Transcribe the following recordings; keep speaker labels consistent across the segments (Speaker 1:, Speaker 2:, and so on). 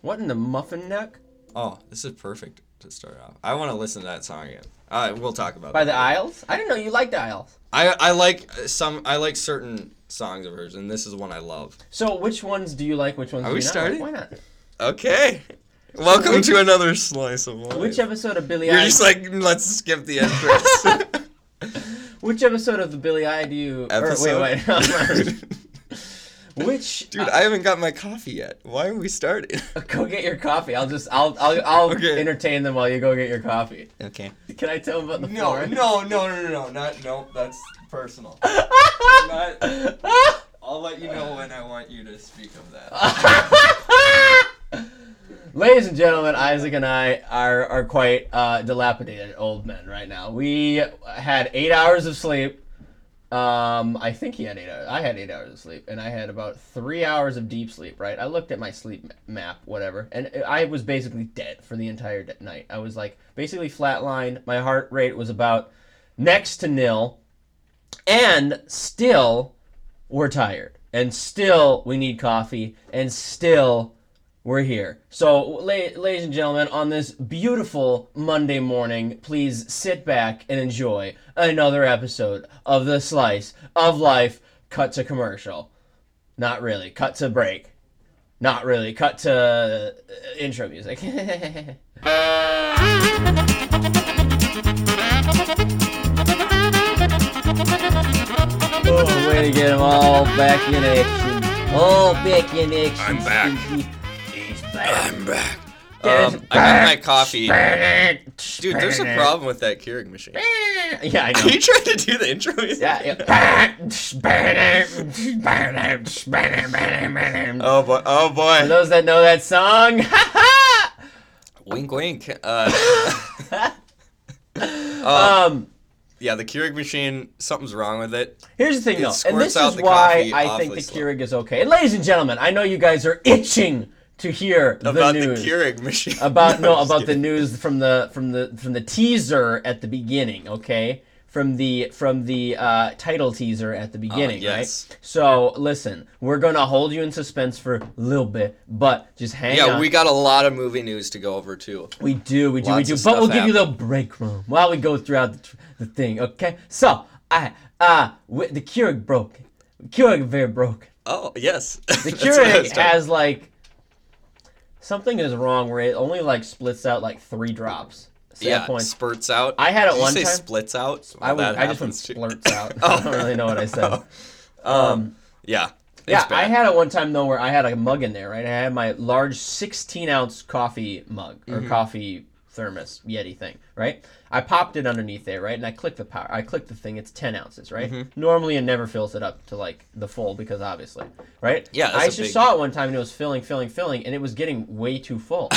Speaker 1: What in the muffin neck?
Speaker 2: Oh, this is perfect to start off. I want to listen to that song again. Uh, we'll talk about
Speaker 1: By
Speaker 2: that.
Speaker 1: the Isles? I didn't know you liked the Isles.
Speaker 2: I I like uh, some. I like certain songs of hers, and this is one I love.
Speaker 1: So which ones do you like? Which ones
Speaker 2: Are
Speaker 1: do
Speaker 2: we
Speaker 1: you not
Speaker 2: starting?
Speaker 1: like? Why not?
Speaker 2: Okay. Welcome
Speaker 1: Which-
Speaker 2: to another slice of life.
Speaker 1: Which episode of Billy
Speaker 2: You're
Speaker 1: Eye?
Speaker 2: just like let's skip the entrance.
Speaker 1: Which episode of the Billy Eye do you? or
Speaker 2: Episode.
Speaker 1: wait, wait. which? uh,
Speaker 2: Dude, I haven't got my coffee yet. Why are we starting?
Speaker 1: Go get your coffee. I'll just I'll I'll, I'll
Speaker 2: Okay.
Speaker 1: entertain them while you go get your coffee.
Speaker 2: Okay.
Speaker 1: Can I tell them about the
Speaker 2: No,
Speaker 1: floor?
Speaker 2: no, no, no, no, not no. That's personal. Not- I'll let you know when I want you to speak of that.
Speaker 1: Ladies and gentlemen, Isaac and I are are quite uh, dilapidated old men right now. We had eight hours of sleep. Um, I think he had eight hours. I had eight hours of sleep, and I had about three hours of deep sleep. Right? I looked at my sleep ma- map, whatever, and I was basically dead for the entire d- night. I was like basically flatlined. My heart rate was about next to nil, and still we're tired, and still we need coffee, and still we're here. So, la- ladies and gentlemen, on this beautiful Monday morning, please sit back and enjoy another episode of The Slice of Life. Cut to commercial. Not really. Cut to break. Not really. Cut to uh, intro music. oh, way to get them all back in action. All back in action.
Speaker 2: I'm back.
Speaker 1: Stevie. He's back.
Speaker 2: I'm back.
Speaker 1: Yes,
Speaker 2: Um, I got my coffee. Dude,
Speaker 1: Dude,
Speaker 2: there's a problem with that Keurig machine.
Speaker 1: Yeah, I
Speaker 2: Are
Speaker 1: know.
Speaker 2: you trying to do the intro? music?
Speaker 1: Yeah, yeah.
Speaker 2: Oh boy! Oh
Speaker 1: For
Speaker 2: boy!
Speaker 1: those that know that song,
Speaker 2: Wink, wink. Uh,
Speaker 1: um,
Speaker 2: yeah, the Keurig machine. Something's wrong with it.
Speaker 1: here's the thing, though, and
Speaker 2: squirts
Speaker 1: this
Speaker 2: out
Speaker 1: is
Speaker 2: the
Speaker 1: why
Speaker 2: coffee
Speaker 1: I think the
Speaker 2: awfully slow.
Speaker 1: Keurig is okay. And ladies and gentlemen, I know you guys are itching to hear the
Speaker 2: About
Speaker 1: news.
Speaker 2: the Keurig machine.
Speaker 1: about no,
Speaker 2: I'm just
Speaker 1: about the
Speaker 2: kidding.
Speaker 1: news from the from the from the teaser at the beginning okay from the from the uh, title teaser at the beginning
Speaker 2: Ah, yes.
Speaker 1: right so listen we're gonna hold you in suspense for a little bit but just hang
Speaker 2: Yeah,
Speaker 1: on
Speaker 2: we got a lot of movie news to go over too.
Speaker 1: we do, we do,
Speaker 2: Lots
Speaker 1: we
Speaker 2: of
Speaker 1: do. But we'll
Speaker 2: stuff
Speaker 1: give you the break room while we go throughout the, tr- the thing, okay? So, I, uh, wi- the Keurig broke. Keurig very broke.
Speaker 2: Oh yes,
Speaker 1: The Keurig has like something is wrong where it only like splits out like three drops at
Speaker 2: yeah
Speaker 1: that point.
Speaker 2: spurts out.
Speaker 1: I had it
Speaker 2: Did you
Speaker 1: one
Speaker 2: say
Speaker 1: time-
Speaker 2: Splits out.
Speaker 1: I,
Speaker 2: Well,
Speaker 1: would,
Speaker 2: that
Speaker 1: I just went
Speaker 2: happens, too. Oh.
Speaker 1: splurts out. I don't really know what I said.
Speaker 2: Um, yeah. It's
Speaker 1: yeah, I
Speaker 2: bad.
Speaker 1: had it one time though where I had a mug in there, right? I had my large 16 ounce coffee mug or
Speaker 2: Mm-hmm.
Speaker 1: coffee thermos Yeti thing, right? I popped it underneath there, right? And I clicked the power. I clicked the thing. It's 10 ounces, right?
Speaker 2: Mm-hmm.
Speaker 1: Normally it never fills it up to like the full because obviously, right?
Speaker 2: Yeah, that's
Speaker 1: I
Speaker 2: a
Speaker 1: just
Speaker 2: big-
Speaker 1: saw it one time and it was filling, filling, filling, and it was getting way too full.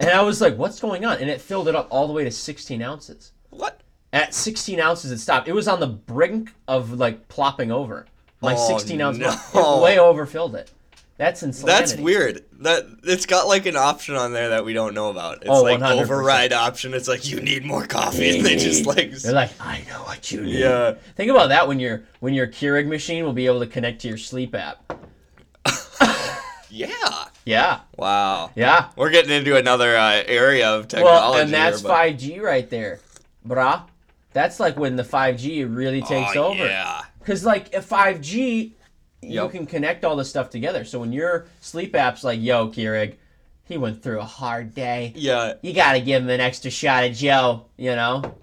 Speaker 1: and I was like, "What's going on?" And it filled it up all the way to 16 ounces.
Speaker 2: what?
Speaker 1: At 16 ounces, it stopped. It was on the brink of like plopping over. My
Speaker 2: Oh,
Speaker 1: 16 ounce
Speaker 2: no.
Speaker 1: mug. It way overfilled it. That's insanity.
Speaker 2: That's weird. That it's got like an option on there that we don't know about. It's
Speaker 1: Oh,
Speaker 2: like
Speaker 1: 100%.
Speaker 2: override option. It's like you need more coffee, and they just like s-
Speaker 1: They're like, I know what you need.
Speaker 2: yeah.
Speaker 1: Think about that when your when your Keurig machine will be able to connect to your sleep app.
Speaker 2: Yeah.
Speaker 1: Yeah,
Speaker 2: Wow.
Speaker 1: yeah.
Speaker 2: We're getting into another uh, area of technology.
Speaker 1: Well, and
Speaker 2: here,
Speaker 1: that's
Speaker 2: but-
Speaker 1: 5G right there, brah. That's like when the 5G really takes
Speaker 2: oh,
Speaker 1: over.
Speaker 2: Yeah.
Speaker 1: Because like if 5G, you
Speaker 2: Yep.
Speaker 1: can connect all this stuff together. So when your sleep app's like, "Yo, Keurig, he went through a hard day.
Speaker 2: Yeah.
Speaker 1: You gotta give him an extra shot of Joe." You know?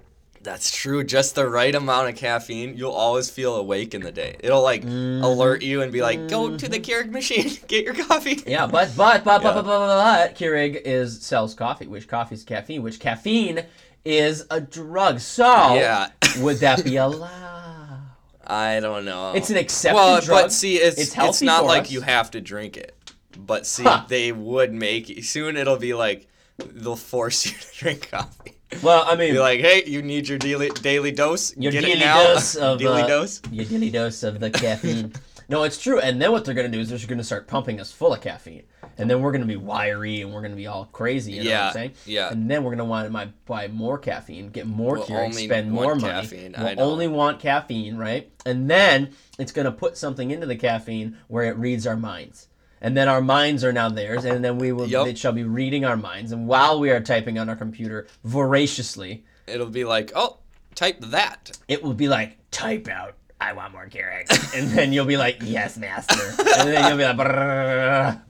Speaker 2: That's true. Just the right amount of caffeine, you'll always feel awake in the day. It'll like
Speaker 1: Mm-hmm.
Speaker 2: alert you and be like, "Go to the Keurig machine, get your coffee."
Speaker 1: Yeah, but but but, but
Speaker 2: Yeah.
Speaker 1: but but but but Keurig is sells coffee, which coffee is caffeine, which caffeine is a drug. So
Speaker 2: Yeah.
Speaker 1: would that be allowed?
Speaker 2: I don't know.
Speaker 1: It's an accepted
Speaker 2: well,
Speaker 1: drug.
Speaker 2: but see, it's
Speaker 1: It's
Speaker 2: it's,
Speaker 1: healthy
Speaker 2: not
Speaker 1: for
Speaker 2: like
Speaker 1: us.
Speaker 2: you have to drink it. But see,
Speaker 1: Huh.
Speaker 2: they would make it- soon. It'll be like they'll force you to drink coffee.
Speaker 1: Well, I mean,
Speaker 2: Be like, hey, you need your daily daily dose.
Speaker 1: your
Speaker 2: get
Speaker 1: daily
Speaker 2: it now.
Speaker 1: dose of
Speaker 2: daily
Speaker 1: uh,
Speaker 2: dose.
Speaker 1: your daily dose of the caffeine. no, it's true. And then what they're gonna do is they're just gonna start pumping us full of caffeine, and then we're gonna be wiry and we're gonna be all crazy. You know what
Speaker 2: Yeah,
Speaker 1: I'm saying?
Speaker 2: yeah.
Speaker 1: And then we're gonna want to buy, buy more caffeine, get more
Speaker 2: We'll
Speaker 1: Keurig,
Speaker 2: only
Speaker 1: spend
Speaker 2: want
Speaker 1: more money.
Speaker 2: caffeine, I
Speaker 1: We'll
Speaker 2: know.
Speaker 1: only want caffeine, right? And then it's gonna put something into the caffeine where it reads our minds. and then our minds are now theirs, and then we will
Speaker 2: Yup.
Speaker 1: they shall be reading our minds, and while we are typing on our computer voraciously,
Speaker 2: It'll be like, oh, type that.
Speaker 1: it will be like type out. I want more Keurig, and then you'll be like, "Yes, master," and then you'll be like, "Brrrr."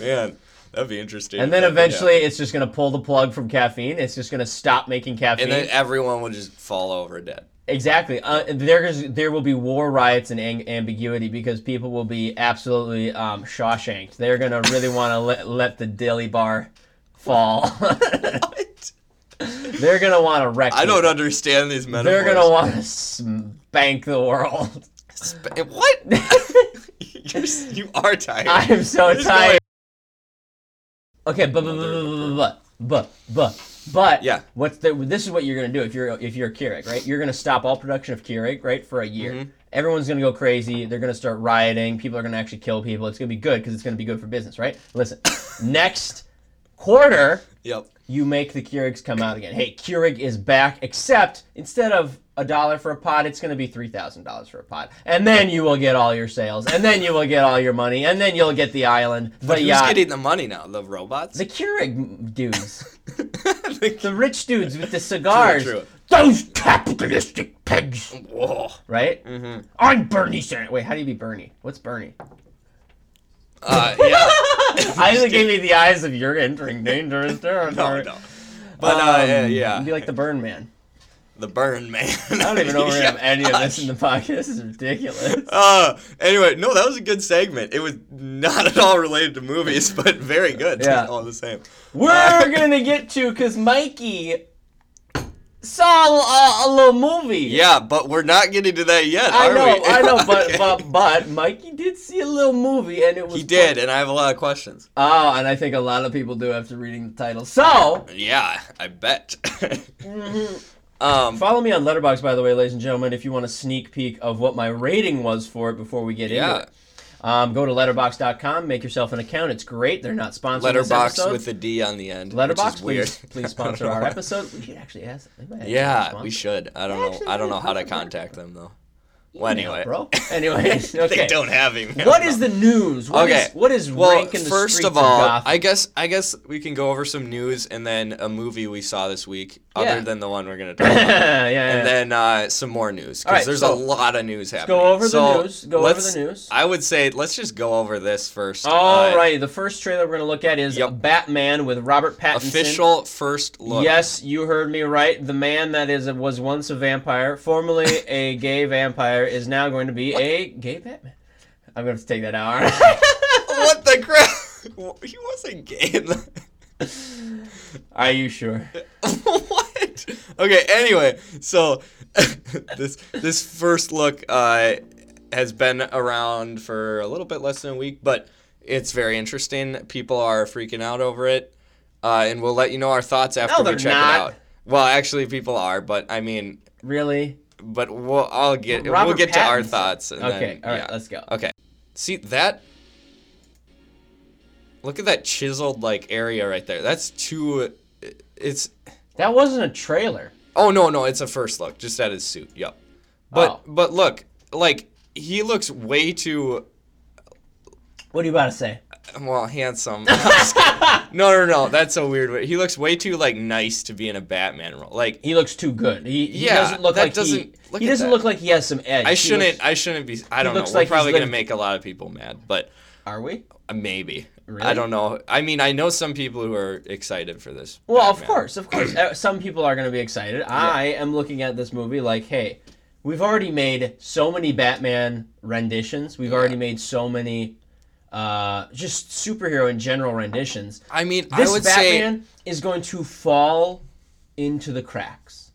Speaker 2: Man, that'd be interesting.
Speaker 1: and then
Speaker 2: if that did
Speaker 1: eventually
Speaker 2: happen.
Speaker 1: it's just gonna pull the plug from caffeine. It's just gonna stop making caffeine.
Speaker 2: And then everyone will just fall over dead.
Speaker 1: Exactly. Uh, there is there will be war riots and ang- ambiguity because people will be absolutely um, Shawshanked. They're gonna really want to let let the dilly bar fall.
Speaker 2: What?
Speaker 1: They're gonna want to wreck.
Speaker 2: I
Speaker 1: people.
Speaker 2: don't understand these
Speaker 1: They're
Speaker 2: metaphors.
Speaker 1: gonna want to spank the world.
Speaker 2: Sp- what? You're, s- you are tired.
Speaker 1: I am so
Speaker 2: There's no way-
Speaker 1: tired. Okay, but but but but but but but
Speaker 2: Yeah.
Speaker 1: What's the? This is what you're gonna do if you're if you're Keurig, right? You're gonna stop all production of Keurig, right, for a year. Everyone's gonna go crazy. They're gonna start rioting. People are gonna actually kill people. It's gonna be good because it's gonna be good for business, right? Listen, next quarter
Speaker 2: Yep.
Speaker 1: you make the Keurigs come out again. Hey, Keurig is back, except instead of a dollar for a pod, it's going to be three thousand dollars for a pod, and then you will get all your sales, and then you will get all your money, and then you'll get the island, the
Speaker 2: But who's
Speaker 1: yacht,
Speaker 2: getting the money now? The robots?
Speaker 1: the Keurig dudes,
Speaker 2: The-
Speaker 1: the rich dudes with the cigars,
Speaker 2: true.
Speaker 1: those capitalistic pigs,
Speaker 2: Whoa.
Speaker 1: right?
Speaker 2: Mm-hmm.
Speaker 1: I'm Bernie Sanders. Wait, how do you be Bernie? What's Bernie?
Speaker 2: Uh, yeah.
Speaker 1: I just gave me the eyes of you're entering dangerous
Speaker 2: No,
Speaker 1: territory.
Speaker 2: no. But uh,
Speaker 1: Um,
Speaker 2: yeah, yeah.
Speaker 1: Be like the Burn Man.
Speaker 2: the burn man.
Speaker 1: I don't even know where we have any of this in the podcast. This is ridiculous.
Speaker 2: Uh, anyway, no, that was a good segment. It was not at all related to movies, but very good.
Speaker 1: Yeah.
Speaker 2: all the same.
Speaker 1: We're gonna get to because Mikey saw a, a little movie.
Speaker 2: Yeah, but we're not getting to that yet,
Speaker 1: I
Speaker 2: are
Speaker 1: know,
Speaker 2: we?
Speaker 1: I know, but,
Speaker 2: Okay.
Speaker 1: but but Mikey did see a little movie, and it was
Speaker 2: he
Speaker 1: fun.
Speaker 2: did, and I have a lot of questions.
Speaker 1: Oh, and I think a lot of people do after reading the title. So
Speaker 2: Yeah, I bet.
Speaker 1: Mm-hmm.
Speaker 2: um,
Speaker 1: follow me on Letterbox, by the way, ladies and gentlemen, if you want a sneak peek of what my rating was for it before we get into
Speaker 2: yeah,
Speaker 1: it. Um, go to letterbox.com, make yourself an account. It's great. They're not sponsored. this
Speaker 2: letterbox
Speaker 1: episode.
Speaker 2: with a D on the end.
Speaker 1: Letterbox,
Speaker 2: which is
Speaker 1: please,
Speaker 2: weird.
Speaker 1: please sponsor
Speaker 2: I don't
Speaker 1: our
Speaker 2: know.
Speaker 1: episode. We should actually ask. we might actually
Speaker 2: Yeah,
Speaker 1: sponsor.
Speaker 2: we should. I don't
Speaker 1: Actually,
Speaker 2: know. I don't
Speaker 1: we
Speaker 2: know how to
Speaker 1: probably should.
Speaker 2: contact them though. Well, anyway,
Speaker 1: bro. Anyways, okay.
Speaker 2: they don't have him.
Speaker 1: What is the news? What
Speaker 2: Okay.
Speaker 1: is- what is
Speaker 2: Well,
Speaker 1: rank in the
Speaker 2: first
Speaker 1: streets
Speaker 2: of all,
Speaker 1: Gotham?
Speaker 2: I guess I guess we can go over some news and then a movie we saw this week,
Speaker 1: Yeah.
Speaker 2: other than the one we're gonna talk about,
Speaker 1: yeah, yeah, yeah.
Speaker 2: and then uh, some more news because
Speaker 1: Alright,
Speaker 2: there's
Speaker 1: so
Speaker 2: a lot of news happening.
Speaker 1: go over the
Speaker 2: So,
Speaker 1: news. Go over
Speaker 2: let's-
Speaker 1: the news.
Speaker 2: I would say let's just go over this first.
Speaker 1: All
Speaker 2: Uh,
Speaker 1: right, the first trailer we're gonna look at is
Speaker 2: Yep.
Speaker 1: Batman with Robert Pattinson.
Speaker 2: Official first look.
Speaker 1: Yes, you heard me right. The man that is was once a vampire, formerly a gay vampire, is now going to be a gay Batman. I'm gonna have to take that out.
Speaker 2: What the crap? He wasn't gay. In the...
Speaker 1: Are you sure?
Speaker 2: what? Okay. Anyway, so this this first look uh, has been around for a little bit less than a week, but it's very interesting. People are freaking out over it, uh, and we'll let you know our thoughts after we
Speaker 1: they're
Speaker 2: check
Speaker 1: not.
Speaker 2: it out. Well, actually, people are, but I mean,
Speaker 1: Really?
Speaker 2: but we'll I'll get
Speaker 1: Robert
Speaker 2: we'll get to our
Speaker 1: Pattinson.
Speaker 2: thoughts. And
Speaker 1: Okay.
Speaker 2: then-
Speaker 1: All right.
Speaker 2: yeah.
Speaker 1: Let's go.
Speaker 2: Okay. See that? Look at that chiseled like area right there. That's too. It's
Speaker 1: That wasn't a trailer.
Speaker 2: Oh no, no, it's a first look, just at his suit. Yep. But
Speaker 1: Oh.
Speaker 2: but look, like he looks way too
Speaker 1: What are you about to say?
Speaker 2: well handsome. I'm just kidding. no, no, no, that's a weird way. He looks way too like nice to be in a Batman role. Like
Speaker 1: He looks too good. He, he
Speaker 2: Yeah,
Speaker 1: doesn't look
Speaker 2: that
Speaker 1: like he,
Speaker 2: doesn't- look
Speaker 1: he
Speaker 2: at
Speaker 1: doesn't
Speaker 2: that.
Speaker 1: look like he has some edge.
Speaker 2: I
Speaker 1: He
Speaker 2: shouldn't,
Speaker 1: looks-
Speaker 2: I shouldn't be. I don't know.
Speaker 1: looks
Speaker 2: We're
Speaker 1: like he's
Speaker 2: probably gonna
Speaker 1: lived-
Speaker 2: make a lot of people mad, but
Speaker 1: are we?
Speaker 2: uh, maybe.
Speaker 1: Really?
Speaker 2: I don't know. I mean, I know some people who are excited for this.
Speaker 1: Well, of
Speaker 2: Batman.
Speaker 1: course, of course. Uh, some people are going to be excited. I am looking at this movie like, hey, we've already made so many Batman renditions. We've already made so many uh, just superhero in general renditions.
Speaker 2: I mean, I
Speaker 1: This
Speaker 2: would say
Speaker 1: Batman is going to fall into the cracks.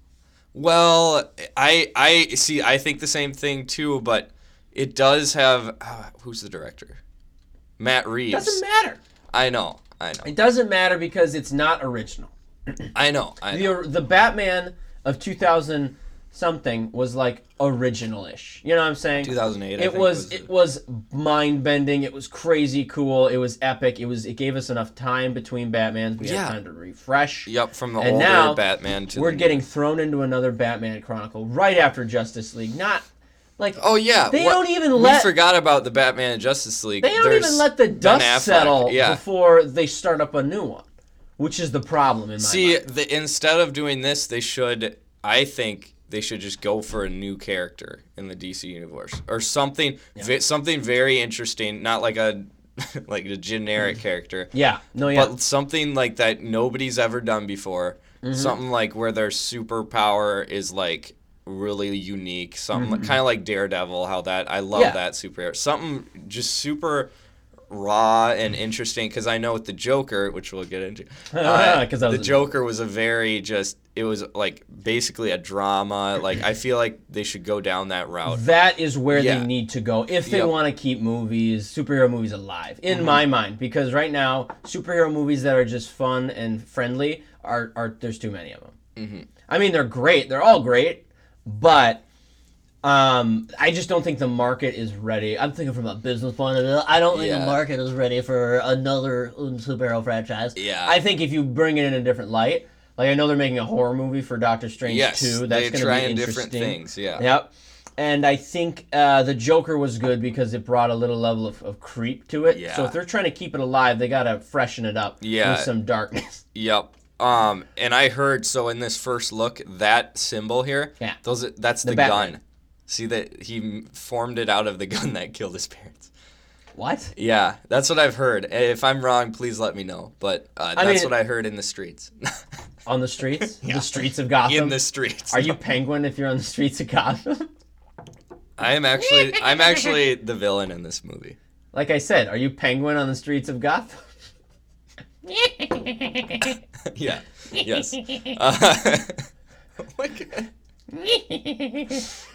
Speaker 2: Well, I I see. I think the same thing too, but it does have uh, who's the director? Matt Reeves.
Speaker 1: Doesn't matter.
Speaker 2: I know. I know.
Speaker 1: It doesn't matter because it's not original.
Speaker 2: I know. I know.
Speaker 1: the the Batman of 2000 something was like original-ish. You know what I'm saying?
Speaker 2: 2008. I
Speaker 1: It
Speaker 2: think,
Speaker 1: was,
Speaker 2: the-
Speaker 1: it was mind bending. It was crazy cool. It was epic. It was it gave us enough time between Batmans. We
Speaker 2: Yeah.
Speaker 1: had time to refresh.
Speaker 2: Yep, from the
Speaker 1: and
Speaker 2: older
Speaker 1: now
Speaker 2: Batman to
Speaker 1: We're
Speaker 2: the,
Speaker 1: getting thrown into another Batman Chronicle right after Justice League. Not Like
Speaker 2: Oh yeah.
Speaker 1: They
Speaker 2: what-
Speaker 1: don't even
Speaker 2: We
Speaker 1: let-
Speaker 2: forgot about the Batman and Justice League.
Speaker 1: they don't
Speaker 2: There's
Speaker 1: even let the
Speaker 2: Ben Affleck,
Speaker 1: dust settle
Speaker 2: Yeah.
Speaker 1: before they start up a new one, which is the problem in my
Speaker 2: See,
Speaker 1: mind.
Speaker 2: the, instead of doing this, they should. I think they should just go for a new character in the DC universe or something. ve- something very interesting, not like a like a generic
Speaker 1: Mm.
Speaker 2: character,
Speaker 1: Yeah. No. Yeah.
Speaker 2: but something like that nobody's ever done before.
Speaker 1: Mm-hmm.
Speaker 2: Something like where their superpower is like really unique. Something kind of like Daredevil. How that I love
Speaker 1: Mm-hmm. Yeah.
Speaker 2: that superhero. Something just super raw and interesting because I know with the Joker, which we'll get into, uh,
Speaker 1: 'Cause that
Speaker 2: the
Speaker 1: was a-
Speaker 2: Joker was a very just. It was like basically a drama. Like I feel like they should go down that route.
Speaker 1: that is where
Speaker 2: Yeah.
Speaker 1: they need to go if they
Speaker 2: Yep. Mm-hmm.
Speaker 1: want to keep movies, superhero movies alive, in my mind. Because right now, superhero movies that are just fun and friendly are, are there's too many of them.
Speaker 2: Mm-hmm.
Speaker 1: I mean, they're great. They're all great, but um, I just don't think the market is ready. I'm thinking from a business point of view. I don't think
Speaker 2: Yeah.
Speaker 1: the market is ready for another superhero franchise.
Speaker 2: Yeah.
Speaker 1: I think if you bring it in a different light, like I know they're making a horror movie for Doctor Strange
Speaker 2: Yes,
Speaker 1: too. That's
Speaker 2: they
Speaker 1: going to
Speaker 2: try
Speaker 1: be
Speaker 2: and
Speaker 1: interesting.
Speaker 2: different things. Yeah.
Speaker 1: Yep. And I think uh, the Joker was good because it brought a little level of, of creep to it.
Speaker 2: Yeah.
Speaker 1: So if they're trying to keep it alive, they gotta freshen it up
Speaker 2: Yeah.
Speaker 1: with some darkness.
Speaker 2: Yep. Um, and I heard so in this first look that symbol here.
Speaker 1: Yeah.
Speaker 2: Those that's the,
Speaker 1: Batman.
Speaker 2: gun. See that he m- formed it out of the gun that killed his parents.
Speaker 1: What?
Speaker 2: Yeah, that's what I've heard. Eh, If I'm wrong, please let me know. But uh,
Speaker 1: I
Speaker 2: that's
Speaker 1: mean-
Speaker 2: what I heard in the streets.
Speaker 1: On the streets? The streets of Gotham.
Speaker 2: in the streets.
Speaker 1: Um, Are you Penguin if you're on the streets of Gotham?
Speaker 2: I am actually I'm actually the villain in this movie.
Speaker 1: like I said, are you Penguin on the streets of Gotham?
Speaker 2: yeah. Yes. Uh, oh my god.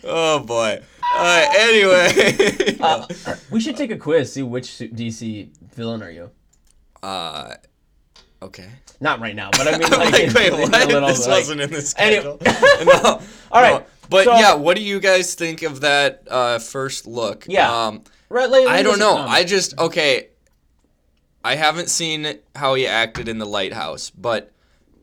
Speaker 2: Oh boy. Uh, anyway.
Speaker 1: Uh, we should take a quiz, see which su- DC villain are you.
Speaker 2: Uh, okay.
Speaker 1: Not right now, but I mean,
Speaker 2: I'm
Speaker 1: like,
Speaker 2: like, wait,
Speaker 1: in- in
Speaker 2: what?
Speaker 1: a little,
Speaker 2: this
Speaker 1: like-
Speaker 2: wasn't in this
Speaker 1: any-
Speaker 2: schedule. no. All
Speaker 1: right,
Speaker 2: But
Speaker 1: so-
Speaker 2: yeah, what do you guys think of that uh, first look?
Speaker 1: Yeah.
Speaker 2: Um,
Speaker 1: Right, like,
Speaker 2: I
Speaker 1: like
Speaker 2: don't
Speaker 1: this-
Speaker 2: know.
Speaker 1: um,
Speaker 2: I just okay. I haven't seen how he acted in the lighthouse, but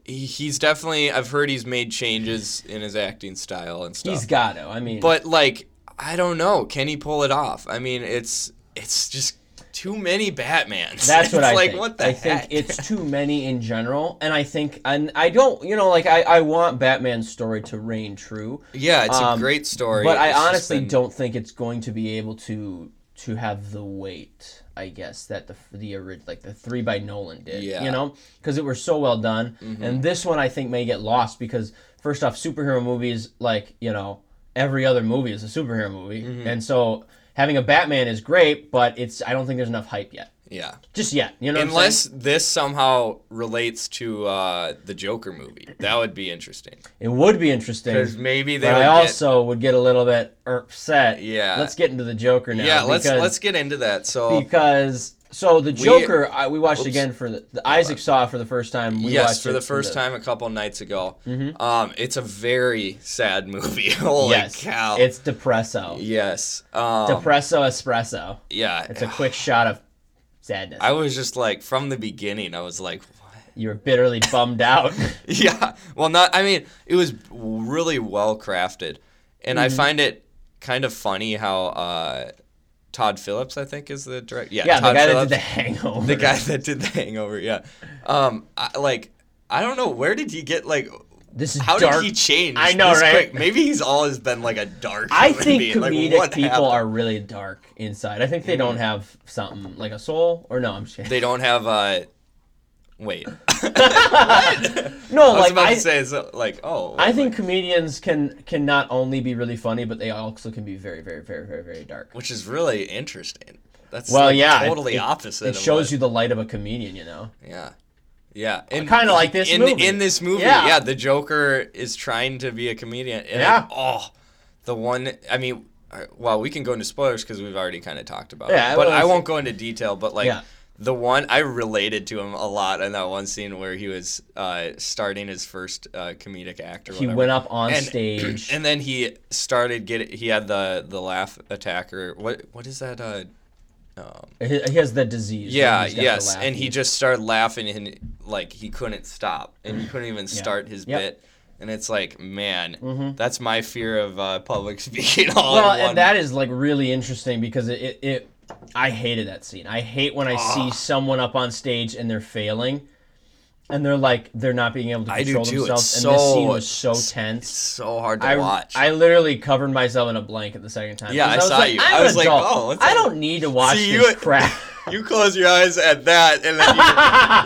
Speaker 2: he, he's definitely. I've heard he's made changes in his acting style and stuff.
Speaker 1: He's got to. I mean,
Speaker 2: but like, I don't know. Can he pull it off? I mean, it's it's just too many Batmans.
Speaker 1: That's what
Speaker 2: It's
Speaker 1: I
Speaker 2: like.
Speaker 1: think.
Speaker 2: What the
Speaker 1: I
Speaker 2: heck?
Speaker 1: think it's too many in general, and I think and I don't, you know, like I, I want Batman's story to reign true,
Speaker 2: yeah, it's a
Speaker 1: um,
Speaker 2: great story.
Speaker 1: but I
Speaker 2: It's just
Speaker 1: honestly
Speaker 2: been-
Speaker 1: don't think it's going to be able to to have the weight. I guess that the the ori- like the three by Nolan did,
Speaker 2: Yeah. Mm-hmm.
Speaker 1: you know, because it were so well done, and this one I think may get lost because first off, superhero movies like you know every other movie is a superhero movie,
Speaker 2: Mm-hmm.
Speaker 1: and so having a Batman is great, but it's I don't think there's enough hype yet,
Speaker 2: Yeah.
Speaker 1: just yet, you know. what I'm saying?
Speaker 2: Unless this somehow relates to uh, the Joker movie, that would be interesting.
Speaker 1: It would be interesting.
Speaker 2: Because maybe they
Speaker 1: But
Speaker 2: would
Speaker 1: I
Speaker 2: get-
Speaker 1: also would get a little bit upset.
Speaker 2: Yeah.
Speaker 1: Let's get into the Joker now.
Speaker 2: yeah, let's
Speaker 1: because,
Speaker 2: let's get into that. So
Speaker 1: because so the Joker I, we watched again for the, the Isaac saw it for the first time. We
Speaker 2: yes,
Speaker 1: watched
Speaker 2: for the
Speaker 1: it Mm-hmm.
Speaker 2: first time a couple nights ago, um, it's a very sad movie. Holy
Speaker 1: Yes,
Speaker 2: cow!
Speaker 1: it's depresso.
Speaker 2: yes, um,
Speaker 1: Depresso espresso.
Speaker 2: yeah.
Speaker 1: It's a quick shot of sadness.
Speaker 2: I was just like from the beginning. I was like, what?
Speaker 1: you were bitterly bummed out.
Speaker 2: yeah. Well, not. I mean, it was really well crafted, and
Speaker 1: Mm-hmm.
Speaker 2: I find it kind of funny how uh, Todd Phillips, I think, is the director. Yeah,
Speaker 1: yeah, the
Speaker 2: Todd
Speaker 1: guy that
Speaker 2: Phillips,
Speaker 1: did the Hangover.
Speaker 2: the guy that did the Hangover. Yeah. Um, I, like I don't know where did he get like.
Speaker 1: this is
Speaker 2: How
Speaker 1: dark.
Speaker 2: did he change?
Speaker 1: I know,
Speaker 2: this
Speaker 1: right?
Speaker 2: quick? Maybe he's always been like a dark.
Speaker 1: I
Speaker 2: human
Speaker 1: think
Speaker 2: being. Like,
Speaker 1: comedic
Speaker 2: what
Speaker 1: people
Speaker 2: happened? Mm.
Speaker 1: are really dark inside. I think they don't have something like a soul, or no, I'm just kidding.
Speaker 2: They don't have. uh Wait,
Speaker 1: no,
Speaker 2: I was
Speaker 1: like
Speaker 2: about
Speaker 1: I,
Speaker 2: to say, so, like, oh,
Speaker 1: I think comedians can can not only be really funny, but they also can be very, very, very, very, very dark.
Speaker 2: which is really interesting. That's
Speaker 1: Well,
Speaker 2: like,
Speaker 1: yeah, it-
Speaker 2: totally
Speaker 1: it-
Speaker 2: opposite.
Speaker 1: It shows you the light of a comedian, you know.
Speaker 2: Yeah. Yeah. And
Speaker 1: kinda like this
Speaker 2: in,
Speaker 1: movie.
Speaker 2: In this movie, yeah.
Speaker 1: Yeah.
Speaker 2: the Joker is trying to be a comedian. And
Speaker 1: Yeah.
Speaker 2: I- oh, the one. I mean, I- well, we can go into spoilers because we've already kind of talked about
Speaker 1: Yeah,
Speaker 2: it. But
Speaker 1: well,
Speaker 2: I
Speaker 1: it's-
Speaker 2: won't go into detail. But like
Speaker 1: Yeah.
Speaker 2: the one, I related to him a lot in that one scene where he was uh, starting his first uh, comedic act. Or
Speaker 1: He
Speaker 2: whatever.
Speaker 1: went up on
Speaker 2: And-
Speaker 1: stage.
Speaker 2: And then he started get. He had the the laugh attacker. What what is that? Uh,
Speaker 1: he he has the disease.
Speaker 2: yeah,
Speaker 1: he's got the
Speaker 2: yes.
Speaker 1: laugh.
Speaker 2: And he just started laughing and like he couldn't stop and he couldn't even start his
Speaker 1: Yep.
Speaker 2: bit. and it's like, man,
Speaker 1: Mhm.
Speaker 2: that's my fear of uh, public speaking. All
Speaker 1: well,
Speaker 2: in one.
Speaker 1: and that is like really interesting because it, it, it I hated that scene. I hate when I
Speaker 2: Ah.
Speaker 1: see someone up on stage and they're failing, and they're like they're not being able to
Speaker 2: I do
Speaker 1: control
Speaker 2: too. It's
Speaker 1: themselves. and this scene
Speaker 2: so-
Speaker 1: was so
Speaker 2: it's-
Speaker 1: tense.
Speaker 2: it's so hard to
Speaker 1: I,
Speaker 2: watch.
Speaker 1: I literally covered myself in a blanket the second time.
Speaker 2: Yeah,
Speaker 1: 'cause
Speaker 2: I saw
Speaker 1: like,
Speaker 2: you.
Speaker 1: I'm
Speaker 2: I
Speaker 1: an
Speaker 2: was like,
Speaker 1: adult.
Speaker 2: oh, it's
Speaker 1: I
Speaker 2: a-
Speaker 1: don't need to watch
Speaker 2: See,
Speaker 1: this
Speaker 2: you-
Speaker 1: crap.
Speaker 2: you close your eyes at that, and then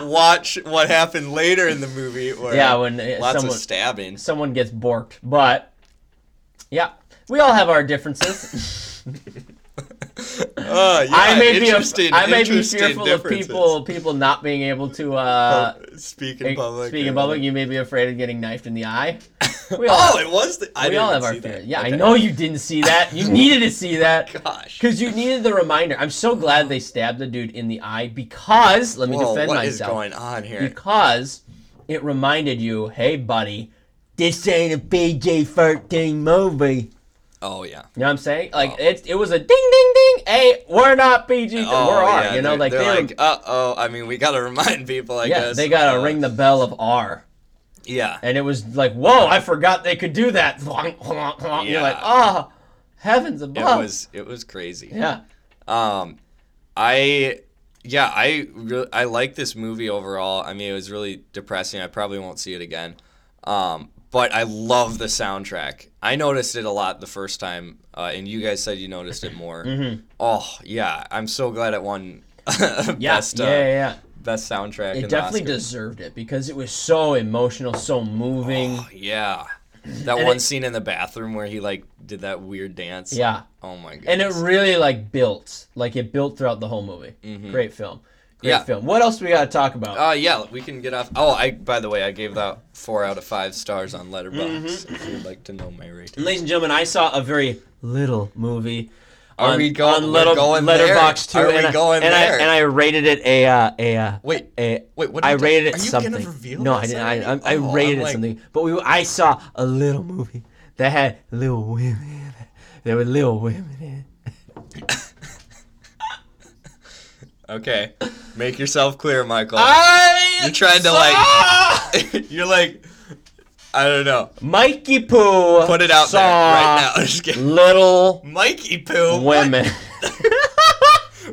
Speaker 2: you watch what happened later in the movie. Where
Speaker 1: yeah, when uh,
Speaker 2: lots
Speaker 1: someone
Speaker 2: of stabbing.
Speaker 1: someone gets borked, but yeah, we all have our differences.
Speaker 2: Uh, yeah,
Speaker 1: I may be
Speaker 2: interesting.
Speaker 1: I may be
Speaker 2: interesting
Speaker 1: fearful of
Speaker 2: differences.
Speaker 1: people people not being able to uh,
Speaker 2: speak in public.
Speaker 1: speak in
Speaker 2: and-
Speaker 1: public. You may be afraid of getting knifed in the eye. We all,
Speaker 2: Oh, it was. The, I
Speaker 1: we all
Speaker 2: didn't
Speaker 1: have our
Speaker 2: see that.
Speaker 1: fears. Yeah, I
Speaker 2: Okay.
Speaker 1: know you didn't see that. You needed to see that.
Speaker 2: Gosh.
Speaker 1: Because you needed the reminder. I'm so glad they stabbed the dude in the eye because let me
Speaker 2: Whoa,
Speaker 1: defend
Speaker 2: what is
Speaker 1: myself.
Speaker 2: going on here?
Speaker 1: because it reminded you, hey buddy, this ain't a PG thirteen movie.
Speaker 2: Oh yeah.
Speaker 1: You know what I'm saying? Like it's it was a ding ding ding. Hey, we're not PG.
Speaker 2: Oh,
Speaker 1: we're R.
Speaker 2: yeah,
Speaker 1: you know,
Speaker 2: they're,
Speaker 1: like
Speaker 2: they're
Speaker 1: they were-
Speaker 2: like, uh oh. I mean, we gotta remind people. I
Speaker 1: yeah,
Speaker 2: guess
Speaker 1: they gotta
Speaker 2: uh,
Speaker 1: ring the bell of R.
Speaker 2: Yeah.
Speaker 1: And it was like, whoa, I forgot they could do that. You're like,
Speaker 2: Yeah.
Speaker 1: ah, heavens
Speaker 2: It
Speaker 1: above.
Speaker 2: was it was crazy.
Speaker 1: yeah.
Speaker 2: Um, I yeah, I really I like this movie overall. I mean, it was really depressing. I probably won't see it again. Um, but I love the soundtrack. I noticed it a lot the first time, uh, and you guys said you noticed it more. Oh yeah, I'm so glad it won
Speaker 1: Mm-hmm. Yeah,
Speaker 2: best uh,
Speaker 1: yeah, yeah, yeah.
Speaker 2: best soundtrack. in
Speaker 1: It
Speaker 2: the
Speaker 1: definitely
Speaker 2: Oscar.
Speaker 1: deserved it because it was so emotional, so
Speaker 2: Oh.
Speaker 1: moving.
Speaker 2: Yeah. That
Speaker 1: And
Speaker 2: one
Speaker 1: it-
Speaker 2: scene in the bathroom where he like did that weird dance.
Speaker 1: yeah.
Speaker 2: Oh my god.
Speaker 1: And it really like built, like it built throughout the whole movie. Great film. Great
Speaker 2: Mm-hmm. Yeah.
Speaker 1: film. What else we got to talk about?
Speaker 2: Uh, yeah, we can get off. Oh, I by the way, I gave that four out of five stars on Letterboxd.
Speaker 1: Mm-hmm.
Speaker 2: If you'd like to know my rating,
Speaker 1: Ladies and gentlemen, I saw a very little movie.
Speaker 2: Are
Speaker 1: on,
Speaker 2: we go-
Speaker 1: on
Speaker 2: we're
Speaker 1: Letter,
Speaker 2: going there.
Speaker 1: Letterboxd
Speaker 2: Are
Speaker 1: too,
Speaker 2: we
Speaker 1: and I-
Speaker 2: going
Speaker 1: and
Speaker 2: there?
Speaker 1: I and I rated it a uh, a uh,
Speaker 2: Wait,
Speaker 1: a
Speaker 2: wait, what
Speaker 1: I
Speaker 2: did you-
Speaker 1: rated it
Speaker 2: are you gonna
Speaker 1: something.
Speaker 2: reveal
Speaker 1: no, I
Speaker 2: this
Speaker 1: didn't. I, I,
Speaker 2: already?
Speaker 1: I
Speaker 2: Oh,
Speaker 1: rated
Speaker 2: I'm
Speaker 1: it
Speaker 2: like-
Speaker 1: something, but we I saw a little movie that had little women. in it. There were little women in it.
Speaker 2: okay, make yourself clear, Michael.
Speaker 1: I
Speaker 2: You're trying to, like- You're like, I don't know.
Speaker 1: Mikey Poo.
Speaker 2: Put it out
Speaker 1: saw
Speaker 2: there right now. Just kidding.
Speaker 1: Little
Speaker 2: Mikey poo. What?
Speaker 1: women.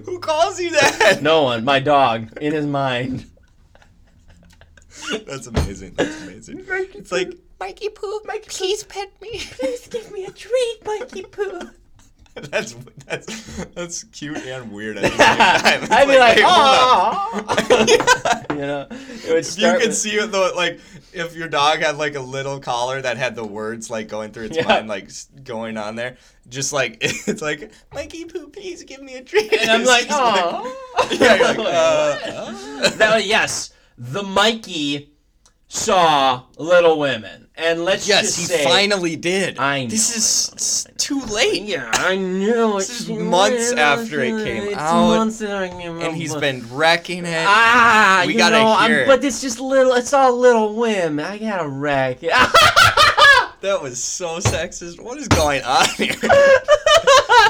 Speaker 2: Who calls you that?
Speaker 1: no one. My dog in his mind.
Speaker 2: That's amazing. That's amazing. It's like Mikey poo. Mikey, please pet me.
Speaker 1: Please give me a treat, Mikey Poo.
Speaker 2: that's that's that's cute and weird. At the same time. It's
Speaker 1: I'd be like,
Speaker 2: wait, hold
Speaker 1: oh,
Speaker 2: on.
Speaker 1: you know, it would
Speaker 2: If you
Speaker 1: start.
Speaker 2: could
Speaker 1: with-
Speaker 2: see it though, like if your dog had like a little collar that had the words like going through its
Speaker 1: Yeah.
Speaker 2: mind, like s- going on there, just like it's like Mikey Poo, please give me a treat.
Speaker 1: and I'm
Speaker 2: It's
Speaker 1: like,
Speaker 2: just
Speaker 1: oh,
Speaker 2: yeah, you're like, uh, uh.
Speaker 1: That was- yes, the Mikey saw Little Women, and let's
Speaker 2: yes,
Speaker 1: just
Speaker 2: he
Speaker 1: say,
Speaker 2: finally did.
Speaker 1: I
Speaker 2: This
Speaker 1: know,
Speaker 2: is s- too late.
Speaker 1: Yeah, I know.
Speaker 2: This is months after it came out, and he's been wrecking it.
Speaker 1: Ah,
Speaker 2: We
Speaker 1: you
Speaker 2: gotta
Speaker 1: know, I'm-
Speaker 2: hear it.
Speaker 1: but it's just little. It's all Little Women. I gotta wreck it.
Speaker 2: that was so sexist. What is going on here?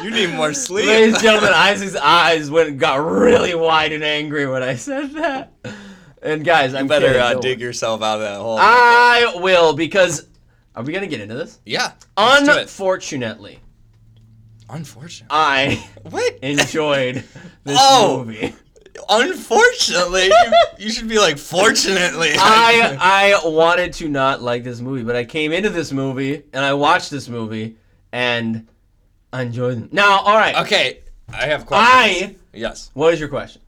Speaker 2: you need more sleep.
Speaker 1: Ladies and gentlemen, Isaac's eyes went got really wide and angry when I said that. And guys, I'm
Speaker 2: better
Speaker 1: kidding,
Speaker 2: uh,
Speaker 1: don't
Speaker 2: dig
Speaker 1: worry.
Speaker 2: yourself out of that hole.
Speaker 1: I will because are we gonna get into this?
Speaker 2: yeah. let's do it.
Speaker 1: Unfortunately,
Speaker 2: Unfortunately.
Speaker 1: I
Speaker 2: what?
Speaker 1: enjoyed this
Speaker 2: Oh.
Speaker 1: movie.
Speaker 2: Unfortunately, you, you should be like, fortunately.
Speaker 1: I I wanted to not like this movie, but I came into this movie and I watched this movie and I enjoyed it. Now, all right.
Speaker 2: okay, I have
Speaker 1: I
Speaker 2: questions. yes.
Speaker 1: what is your question?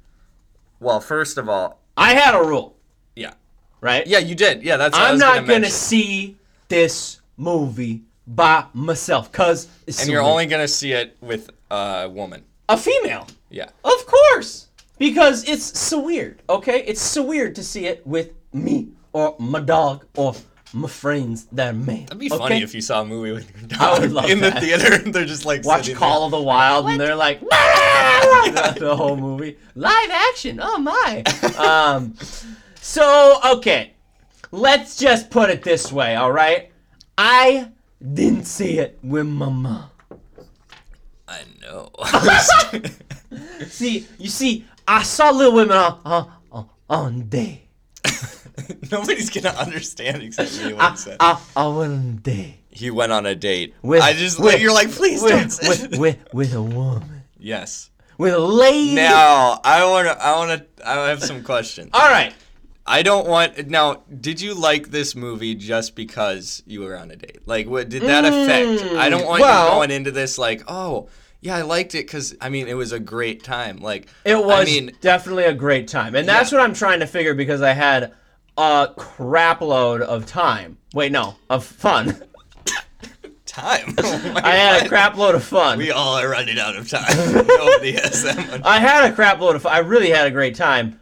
Speaker 2: Well, first of all,
Speaker 1: I had a rule,
Speaker 2: yeah,
Speaker 1: right?
Speaker 2: yeah, you did. Yeah, that's. what I
Speaker 1: I'm
Speaker 2: was
Speaker 1: not gonna,
Speaker 2: mention.
Speaker 1: see this movie by myself, cause it's
Speaker 2: And you're
Speaker 1: stupid.
Speaker 2: only gonna see it with a woman.
Speaker 1: a female,
Speaker 2: Yeah.
Speaker 1: of course, because it's so weird. Okay, it's so weird to see it with me or my dog or my friends that are male.
Speaker 2: It'd be funny if you saw a movie with your dog
Speaker 1: would love
Speaker 2: in
Speaker 1: that.
Speaker 2: the theater. and They're just like
Speaker 1: watch
Speaker 2: sitting
Speaker 1: Call of the Wild and they're like the, the whole movie live action. Oh my. Um, so okay, let's just put it this way. All right, I didn't see it with my mom.
Speaker 2: There. I know.
Speaker 1: uh, See, you see, I saw Little Women on on, on, on day.
Speaker 2: Nobody's gonna understand exactly what he
Speaker 1: I,
Speaker 2: said.
Speaker 1: I, I went on a date
Speaker 2: he went on a date.
Speaker 1: ah. With-
Speaker 2: I just
Speaker 1: with-
Speaker 2: you're like, please don't.
Speaker 1: with,
Speaker 2: say
Speaker 1: with,
Speaker 2: that."
Speaker 1: with, with a woman,
Speaker 2: yes.
Speaker 1: with a lady.
Speaker 2: Now I wanna I wanna I have some questions.
Speaker 1: All right.
Speaker 2: I don't want now. Did you like this movie just because you were on a date? Like, what did that affect? I don't want
Speaker 1: Mm. well-
Speaker 2: you going into this like, oh, yeah, I liked it because I mean it was a great time. Like,
Speaker 1: It was
Speaker 2: I mean,
Speaker 1: definitely a great time. And that's what I'm trying to figure because I had a crap load of time. Wait, no, of fun.
Speaker 2: time. Oh my
Speaker 1: I had a
Speaker 2: God.
Speaker 1: crap load of fun.
Speaker 2: We all are running out of time. Nobody has that much.
Speaker 1: I had a crap load of fun. I really had a great time.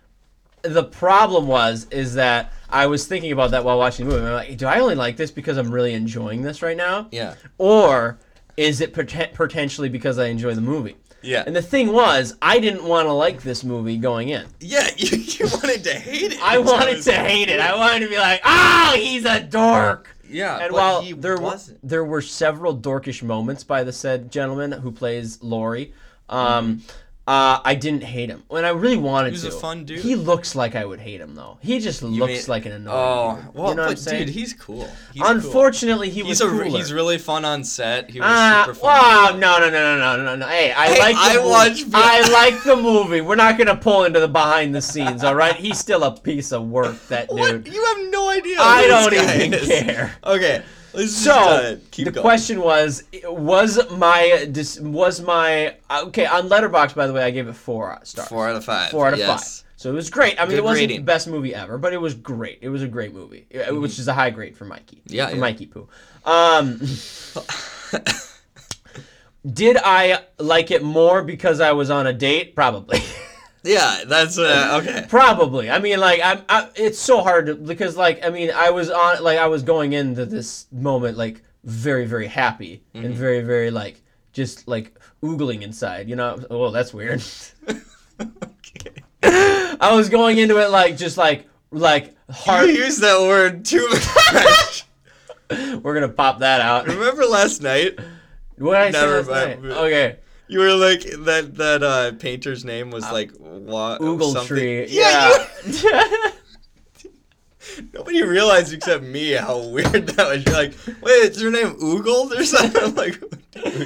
Speaker 1: The problem was is that I was thinking about that while watching the movie. I'm like, do I only like this because I'm really enjoying this right now?
Speaker 2: Yeah.
Speaker 1: Or is it poten- potentially because I enjoy the movie?
Speaker 2: Yeah.
Speaker 1: And the thing was, I didn't want to like this movie going in.
Speaker 2: yeah, you, you wanted to hate it.
Speaker 1: I wanted to hate it. I wanted to be like, oh, he's a dork.
Speaker 2: Yeah,
Speaker 1: And
Speaker 2: but
Speaker 1: while
Speaker 2: he
Speaker 1: there were
Speaker 2: wasn't.
Speaker 1: there were several dorkish moments by the said gentleman who plays Laurie, um, uh, I didn't hate him. When I really wanted
Speaker 2: Mm-hmm. was
Speaker 1: to.
Speaker 2: a fun dude.
Speaker 1: He looks like I would hate him though. He just looks
Speaker 2: made-
Speaker 1: like an annoying.
Speaker 2: Oh,
Speaker 1: dude.
Speaker 2: well,
Speaker 1: you know what I'm
Speaker 2: but
Speaker 1: saying?
Speaker 2: dude, he's cool. He's cool.
Speaker 1: Unfortunately, he was
Speaker 2: he's a
Speaker 1: cooler.
Speaker 2: he's really fun on set. He was
Speaker 1: Ah,
Speaker 2: super fun.
Speaker 1: wow, no, no, no, no, no, no, no. Hey, I
Speaker 2: Hey,
Speaker 1: like the
Speaker 2: I
Speaker 1: movie.
Speaker 2: watched-
Speaker 1: I like the movie. We're not gonna pull into the behind the scenes, all right? He's still a piece of work, that dude.
Speaker 2: What? You have no idea.
Speaker 1: I
Speaker 2: who
Speaker 1: don't
Speaker 2: this guy
Speaker 1: even
Speaker 2: is.
Speaker 1: care.
Speaker 2: Okay. Let's just, uh,
Speaker 1: So
Speaker 2: keep
Speaker 1: the
Speaker 2: going.
Speaker 1: question was: Was my dis- was my uh, okay on Letterbox? By the way, I gave it four stars.
Speaker 2: Four out of five.
Speaker 1: Four out of
Speaker 2: yes.
Speaker 1: five. So it was great. I mean,
Speaker 2: Good
Speaker 1: it wasn't
Speaker 2: rating.
Speaker 1: the best movie ever, but it was great. It was a great movie, uh, which is a high grade for Mikey.
Speaker 2: Mm-hmm. Yeah,
Speaker 1: for
Speaker 2: yeah.
Speaker 1: Mikey Poo. Um, did I like it more because I was on a date? Probably.
Speaker 2: Yeah, that's uh, okay.
Speaker 1: Probably. I mean, like, I'm. I, it's so hard to, because, like, I mean, I was on, like, I was going into this moment like very, very happy
Speaker 2: Mm-hmm.
Speaker 1: and very, very like just like oogling inside. You know? Oh, that's weird.
Speaker 2: okay.
Speaker 1: I was going into it like just like like
Speaker 2: You
Speaker 1: heart.
Speaker 2: used that word too much.
Speaker 1: We're gonna pop that out.
Speaker 2: Remember last night?
Speaker 1: What did I say
Speaker 2: Never
Speaker 1: last night?
Speaker 2: mind.
Speaker 1: Okay.
Speaker 2: You were like that that uh, painter's name was like wa-
Speaker 1: Oogle
Speaker 2: something.
Speaker 1: tree.
Speaker 2: Yeah.
Speaker 1: Yeah.
Speaker 2: you- nobody realized except me how weird that was. You're like, wait, is your name Oogled or something? I'm like,
Speaker 1: I'm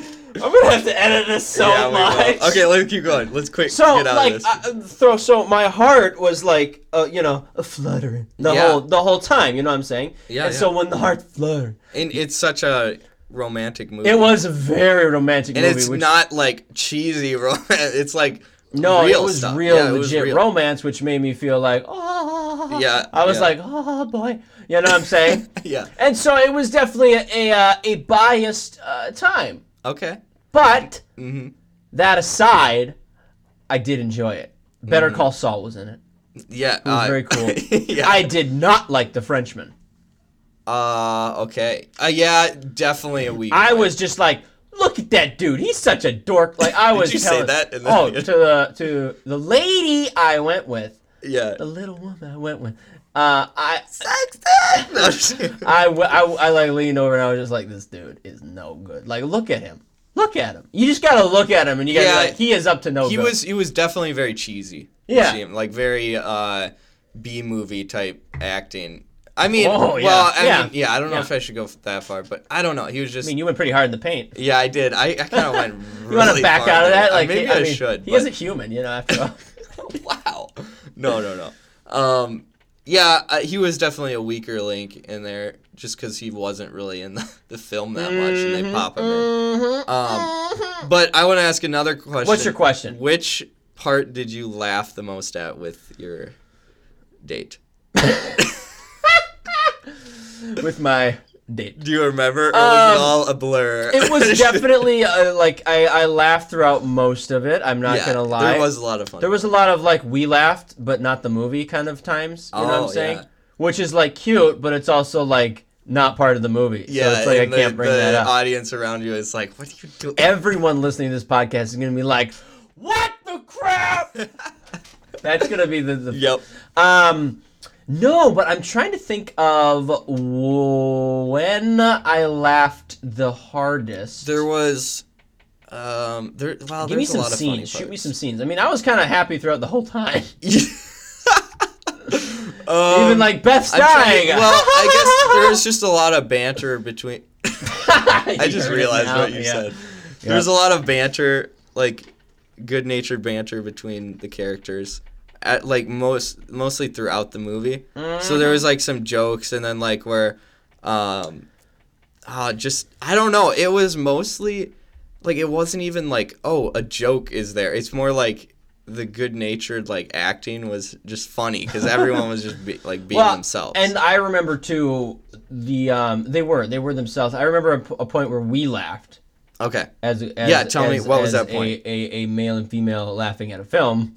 Speaker 1: gonna have to edit this so
Speaker 2: yeah, we
Speaker 1: much.
Speaker 2: will. Okay, let's keep going. Let's quick
Speaker 1: So
Speaker 2: get out
Speaker 1: like, uh,
Speaker 2: of this.
Speaker 1: I, I- throw. So my heart was like, uh, you know, a fluttering the
Speaker 2: Yeah.
Speaker 1: whole the whole time. You know what I'm saying?
Speaker 2: Yeah,
Speaker 1: And
Speaker 2: yeah.
Speaker 1: so when the heart fluttered,
Speaker 2: and it's such a romantic movie.
Speaker 1: it was a very romantic
Speaker 2: and
Speaker 1: movie.
Speaker 2: it's
Speaker 1: which,
Speaker 2: not like cheesy romance. It's like
Speaker 1: no,
Speaker 2: real
Speaker 1: it was
Speaker 2: stuff.
Speaker 1: real
Speaker 2: Yeah, it
Speaker 1: legit
Speaker 2: was real.
Speaker 1: romance, which made me feel like, oh,
Speaker 2: Yeah,
Speaker 1: I was
Speaker 2: yeah.
Speaker 1: like, oh boy, you know what I'm saying?
Speaker 2: Yeah.
Speaker 1: And so it was definitely a a, uh, a biased uh, time,
Speaker 2: Okay.
Speaker 1: but
Speaker 2: Mhm.
Speaker 1: that aside, I did enjoy it. Better
Speaker 2: Mm-hmm.
Speaker 1: Call Saul was in it.
Speaker 2: Yeah. It
Speaker 1: was very cool.
Speaker 2: yeah.
Speaker 1: I did not like The Frenchman.
Speaker 2: uh. Okay. Uh. Yeah. Definitely a week.
Speaker 1: I was just like, look at that dude. He's such a dork. Like I was.
Speaker 2: you say
Speaker 1: telling-
Speaker 2: that in the
Speaker 1: oh,
Speaker 2: video?
Speaker 1: to the to the lady I went with,
Speaker 2: yeah.
Speaker 1: the little woman I went with. Uh, I.
Speaker 2: No,
Speaker 1: I, w- I, w- I, like leaned over and I was just like, this dude is no good. Like, look at him. Look at him. You just gotta look at him and you gotta be
Speaker 2: Yeah.
Speaker 1: like, he is up to no
Speaker 2: he
Speaker 1: good.
Speaker 2: was he was definitely very cheesy.
Speaker 1: Yeah.
Speaker 2: Cheesy, like very uh, B movie type acting. I mean,
Speaker 1: Oh, yeah.
Speaker 2: well, I
Speaker 1: Yeah.
Speaker 2: mean, yeah, I don't know
Speaker 1: Yeah.
Speaker 2: if I should go that far, but I don't know. He was just,
Speaker 1: I mean, you went pretty hard in the paint.
Speaker 2: yeah, I did. I, I kind of went. Really
Speaker 1: You want to back
Speaker 2: far
Speaker 1: out of
Speaker 2: there.
Speaker 1: that?
Speaker 2: Uh,
Speaker 1: Like,
Speaker 2: maybe
Speaker 1: he,
Speaker 2: I,
Speaker 1: mean,
Speaker 2: should.
Speaker 1: He
Speaker 2: but-
Speaker 1: is a human, you know. After all,
Speaker 2: wow. No, no, no. Um, yeah, I, he was definitely a weaker link in there, just because he wasn't really in the, the film that much, and
Speaker 1: Mm-hmm.
Speaker 2: they pop him in. Um, but I want to ask another question.
Speaker 1: What's your question?
Speaker 2: Which part did you laugh the most at with your date?
Speaker 1: with my date.
Speaker 2: Do you remember, or
Speaker 1: Um,
Speaker 2: was it all a blur?
Speaker 1: It was definitely uh, like I, I laughed throughout most of it. I'm not
Speaker 2: Yeah,
Speaker 1: gonna lie.
Speaker 2: There was a lot of fun.
Speaker 1: There was a lot of like we laughed, but not the movie kind of times. You know what
Speaker 2: Oh,
Speaker 1: I'm saying?
Speaker 2: yeah.
Speaker 1: Which is like cute, but it's also like not part of the movie.
Speaker 2: yeah,
Speaker 1: so it's like I
Speaker 2: and the,
Speaker 1: can't bring
Speaker 2: the uh,
Speaker 1: that up.
Speaker 2: audience around you is like, "What are you doing?"
Speaker 1: Everyone listening to this podcast is gonna be like, "What the crap?" That's gonna be the, the
Speaker 2: yep.
Speaker 1: um. No, but I'm trying to think of when I laughed the hardest.
Speaker 2: There was, um, there. Wow,
Speaker 1: Give me
Speaker 2: there's
Speaker 1: some
Speaker 2: a lot
Speaker 1: scenes.
Speaker 2: of funny
Speaker 1: Shoot me some scenes. I mean, I was kind of happy throughout the whole time.
Speaker 2: parts. Um,
Speaker 1: Even like Beth's
Speaker 2: I'm trying-
Speaker 1: dying.
Speaker 2: well, I guess there's just a lot of banter between. I
Speaker 1: You
Speaker 2: just
Speaker 1: heard it
Speaker 2: realized
Speaker 1: now,
Speaker 2: what you
Speaker 1: yeah.
Speaker 2: said. There's a lot of banter, like good-natured banter between the characters, at like most mostly throughout the movie. So there
Speaker 1: Mm-hmm.
Speaker 2: was like some jokes, and then like where, um, uh, just I don't know. It was mostly like it wasn't even like oh a joke is there. It's more like the good-natured like acting was just funny because everyone was just be, like being themselves.
Speaker 1: And I remember too the um they were they were themselves. I remember a, p- a point where we laughed
Speaker 2: okay.
Speaker 1: as, as
Speaker 2: Yeah, tell me,
Speaker 1: as-
Speaker 2: what was
Speaker 1: as
Speaker 2: that point?
Speaker 1: A, a, a male and female laughing at a film.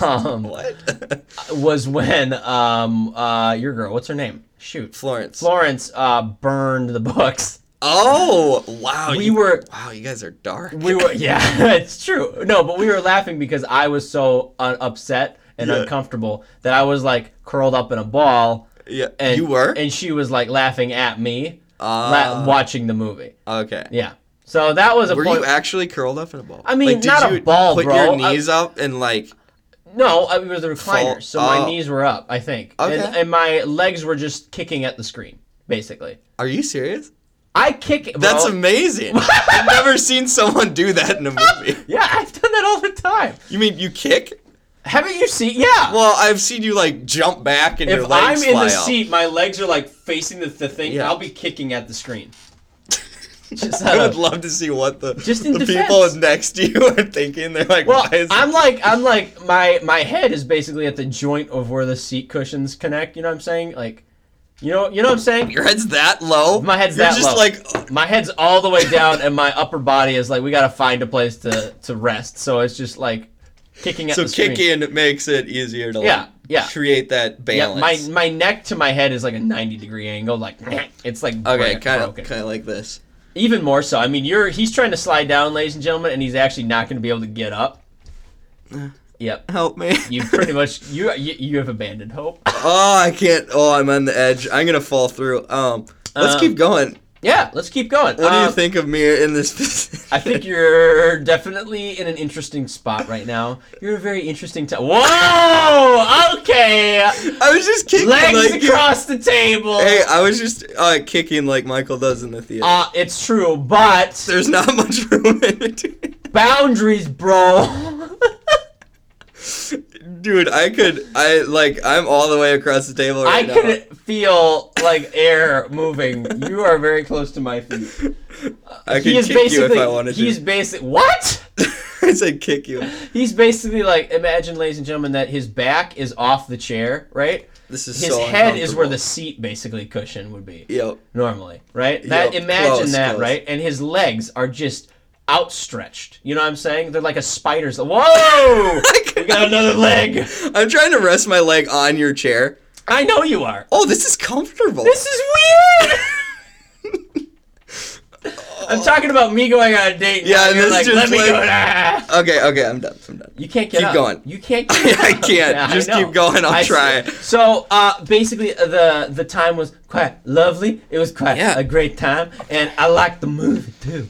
Speaker 1: um,
Speaker 2: What?
Speaker 1: was when um uh your girl what's her name shoot
Speaker 2: Florence.
Speaker 1: Florence uh burned the books.
Speaker 2: Oh wow!
Speaker 1: We
Speaker 2: you,
Speaker 1: were-
Speaker 2: wow. You guys are dark.
Speaker 1: We were yeah it's true no but we were laughing because I was so uh, upset and
Speaker 2: Yeah.
Speaker 1: uncomfortable that I was like curled up in a ball.
Speaker 2: yeah,
Speaker 1: And,
Speaker 2: you were.
Speaker 1: and she was like laughing at me, la-
Speaker 2: Ah.
Speaker 1: watching the movie.
Speaker 2: okay.
Speaker 1: Yeah. So that was a
Speaker 2: Were
Speaker 1: point.
Speaker 2: you actually curled up in a ball?
Speaker 1: I mean,
Speaker 2: did
Speaker 1: not a
Speaker 2: you
Speaker 1: ball,
Speaker 2: Put
Speaker 1: bro.
Speaker 2: your
Speaker 1: I-
Speaker 2: knees up and like.
Speaker 1: no, I- it was a recliner,
Speaker 2: Fall-
Speaker 1: so my
Speaker 2: oh.
Speaker 1: knees were up, I think, and,
Speaker 2: Okay.
Speaker 1: and my legs were just kicking at the screen, basically.
Speaker 2: Are you serious?
Speaker 1: I kick. Bro.
Speaker 2: That's amazing. I've never seen someone do that in a movie.
Speaker 1: yeah. I've done that all the time.
Speaker 2: You mean you kick?
Speaker 1: Haven't you seen? Yeah.
Speaker 2: Well, I've seen you like jump back and your
Speaker 1: if I'm
Speaker 2: legs
Speaker 1: in the
Speaker 2: fly up.
Speaker 1: seat, my legs are like facing the, the thing.
Speaker 2: Yeah.
Speaker 1: I'll be kicking at the screen. just,
Speaker 2: I
Speaker 1: out
Speaker 2: would
Speaker 1: of-
Speaker 2: love to see what the,
Speaker 1: uh, Just in
Speaker 2: the people
Speaker 1: defense.
Speaker 2: next to you are thinking. They're like,
Speaker 1: well,
Speaker 2: why is
Speaker 1: I'm like I'm like my my head is basically at the joint of where the seat cushions connect. You know what I'm saying? Like, you know you know what I'm saying?
Speaker 2: your head's that low?
Speaker 1: My head's
Speaker 2: You're
Speaker 1: that
Speaker 2: just
Speaker 1: low.
Speaker 2: like,
Speaker 1: my head's all the way down and my upper body is like we gotta find a place to to rest so it's just like kicking at
Speaker 2: So
Speaker 1: the screen.
Speaker 2: kicking makes it easier to like
Speaker 1: Yeah, yeah.
Speaker 2: create that
Speaker 1: yeah, my
Speaker 2: balance.
Speaker 1: my neck to my head is like a 90 degree angle like it's like
Speaker 2: okay,
Speaker 1: bro-
Speaker 2: kind of
Speaker 1: broken.
Speaker 2: kind of like this.
Speaker 1: even more so i mean you're he's trying to slide down ladies and gentlemen and he's actually not going to be able to get up yep
Speaker 2: Help me.
Speaker 1: you pretty much you you, you have abandoned hope
Speaker 2: oh, I can't. Oh, I'm on the edge. I'm gonna fall through. Um, let's
Speaker 1: Um,
Speaker 2: keep going.
Speaker 1: yeah let's keep going
Speaker 2: What do
Speaker 1: Um,
Speaker 2: you think of me in this position?
Speaker 1: I think you're definitely in an interesting spot right now. You're a very interesting time. Whoa! Okay!
Speaker 2: I was just kicking
Speaker 1: legs
Speaker 2: like you-
Speaker 1: across the table.
Speaker 2: Hey, I was just uh, kicking like Michael does in the theater.
Speaker 1: Uh, it's true, but
Speaker 2: There's not much room in between.
Speaker 1: boundaries, bro.
Speaker 2: Dude, I could. I like. I'm all the way across the table
Speaker 1: I
Speaker 2: right now.
Speaker 1: could feel like air moving. You are very close to my feet.
Speaker 2: I
Speaker 1: He
Speaker 2: could
Speaker 1: is
Speaker 2: kick you if
Speaker 1: basically.
Speaker 2: I wanted
Speaker 1: he's
Speaker 2: to.
Speaker 1: basically what?
Speaker 2: I said kick you.
Speaker 1: He's basically like imagine, ladies and gentlemen, that his back is off the chair, right?
Speaker 2: This is
Speaker 1: His
Speaker 2: so
Speaker 1: head is where the
Speaker 2: uncomfortable.
Speaker 1: seat basically cushion would be.
Speaker 2: Yep.
Speaker 1: normally, right? That
Speaker 2: Yup,
Speaker 1: imagine
Speaker 2: close,
Speaker 1: that,
Speaker 2: close.
Speaker 1: right? And his legs are just outstretched. You know what I'm saying? They're like a spider's. Whoa! we got another leg.
Speaker 2: I'm trying to rest my leg on your chair.
Speaker 1: I know you are.
Speaker 2: Oh, this is comfortable.
Speaker 1: This is weird. I'm talking about me going on a date.
Speaker 2: Yeah,
Speaker 1: Yeah, you're
Speaker 2: this
Speaker 1: like,
Speaker 2: just
Speaker 1: let me
Speaker 2: like-
Speaker 1: go. Ah."
Speaker 2: okay, okay, I'm done. I'm done.
Speaker 1: You can't get
Speaker 2: Keep
Speaker 1: up.
Speaker 2: going.
Speaker 1: You can't. Get
Speaker 2: I
Speaker 1: up.
Speaker 2: can't.
Speaker 1: Yeah,
Speaker 2: Just
Speaker 1: know.
Speaker 2: keep going. I'll
Speaker 1: I see.
Speaker 2: try.
Speaker 1: So uh, basically, uh, the the time was quite lovely. It was quite
Speaker 2: Yeah.
Speaker 1: a great time, and I liked the movie too.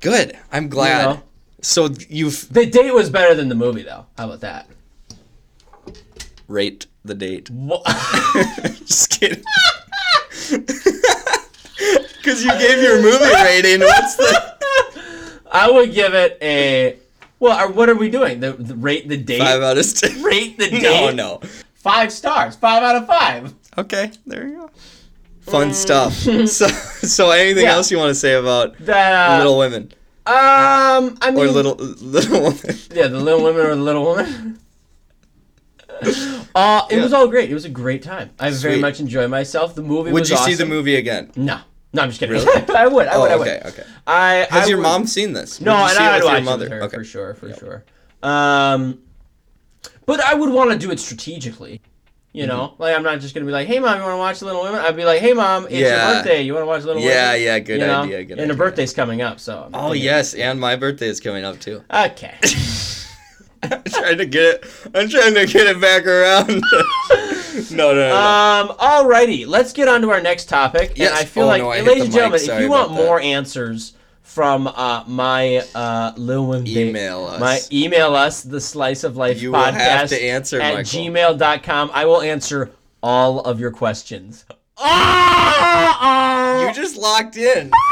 Speaker 2: Good. I'm glad.
Speaker 1: You know.
Speaker 2: So you've
Speaker 1: The date was better than the movie, though. How about that?
Speaker 2: rate the date.
Speaker 1: Wha-
Speaker 2: Just kidding. Because you gave your movie rating. What's the
Speaker 1: I would give it a. Well, are, what are we doing? The, the rate the date.
Speaker 2: five out of ten?
Speaker 1: Rate the date.
Speaker 2: No, no.
Speaker 1: Five stars. Five out of five.
Speaker 2: Okay, there you go. Fun stuff. So, so anything
Speaker 1: Mm. Yeah.
Speaker 2: else you want to say about
Speaker 1: That. Uh,
Speaker 2: Little Women
Speaker 1: Um, I mean.
Speaker 2: or Little Little Women?
Speaker 1: Yeah, the little women or the little woman. uh, it was all great. It was a great time. I very
Speaker 2: Sweet.
Speaker 1: much enjoyed myself. The movie
Speaker 2: Would
Speaker 1: was
Speaker 2: you see
Speaker 1: awesome.
Speaker 2: the movie again?
Speaker 1: No, no, I'm just kidding.
Speaker 2: Really?
Speaker 1: I would. I
Speaker 2: Oh,
Speaker 1: would. I would.
Speaker 2: okay, okay.
Speaker 1: I
Speaker 2: Has
Speaker 1: I
Speaker 2: your
Speaker 1: would-
Speaker 2: mom seen this?
Speaker 1: No,
Speaker 2: Would you
Speaker 1: and
Speaker 2: see it
Speaker 1: I would
Speaker 2: with
Speaker 1: watch
Speaker 2: your
Speaker 1: it
Speaker 2: mother.
Speaker 1: with her
Speaker 2: okay.
Speaker 1: for sure, for sure. Um, but I would want to do it strategically.
Speaker 2: Mm-hmm.
Speaker 1: You know, like I'm not just gonna be like, "Hey mom, you want to watch Little Women?" I'd be like, "Hey mom, it's
Speaker 2: Yeah.
Speaker 1: your birthday. You want to watch Little Women?"
Speaker 2: Yeah, yeah, good
Speaker 1: You know?
Speaker 2: idea, good
Speaker 1: and her
Speaker 2: idea.
Speaker 1: birthday's coming up, so. I'm
Speaker 2: Oh
Speaker 1: thinking-
Speaker 2: yes, and my birthday is coming up too.
Speaker 1: Okay.
Speaker 2: I'm trying to get it. I'm trying to get it back around. no, no, no. no.
Speaker 1: um. Alrighty, let's get on to our next topic.
Speaker 2: uh, Yes.
Speaker 1: And I feel
Speaker 2: Oh,
Speaker 1: like,
Speaker 2: no, I hit
Speaker 1: ladies and
Speaker 2: the mic.
Speaker 1: gentlemen, if
Speaker 2: Sorry
Speaker 1: you want
Speaker 2: about that.
Speaker 1: more answers from uh, my uh, Little Women date-
Speaker 2: Email us.
Speaker 1: my email us the slice of life
Speaker 2: You will
Speaker 1: podcast
Speaker 2: have to answer,
Speaker 1: at
Speaker 2: Michael.
Speaker 1: gmail.com i will answer all of your questions. Ah!
Speaker 2: You just locked in.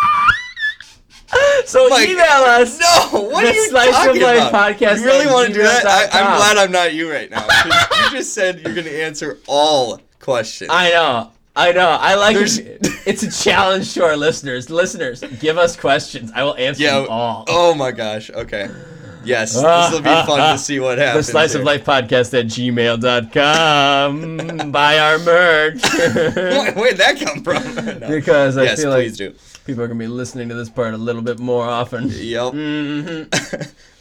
Speaker 1: So
Speaker 2: Like,
Speaker 1: email us.
Speaker 2: No, what
Speaker 1: The
Speaker 2: are you
Speaker 1: Slice of
Speaker 2: talking
Speaker 1: Life
Speaker 2: about?
Speaker 1: podcast
Speaker 2: you really
Speaker 1: at
Speaker 2: want to do that? I,
Speaker 1: gmail.com.
Speaker 2: I'm glad I'm not you right now. 'cause you just said you're going to answer all questions.
Speaker 1: I know. I know. I like
Speaker 2: There's-
Speaker 1: it. It's a challenge to our listeners. Listeners, give us questions. I will answer
Speaker 2: yeah.
Speaker 1: them all.
Speaker 2: Oh my gosh. Okay. Yes, this will be fun to see what
Speaker 1: the
Speaker 2: happens.
Speaker 1: slice of
Speaker 2: here.
Speaker 1: life podcast at gmail.com. Buy our merch.
Speaker 2: Where- Where'd that come from? No.
Speaker 1: because I
Speaker 2: yes,
Speaker 1: feel like
Speaker 2: please do.
Speaker 1: people are going to be listening to this part a little bit more often.
Speaker 2: Yep.
Speaker 1: hmm
Speaker 2: okay.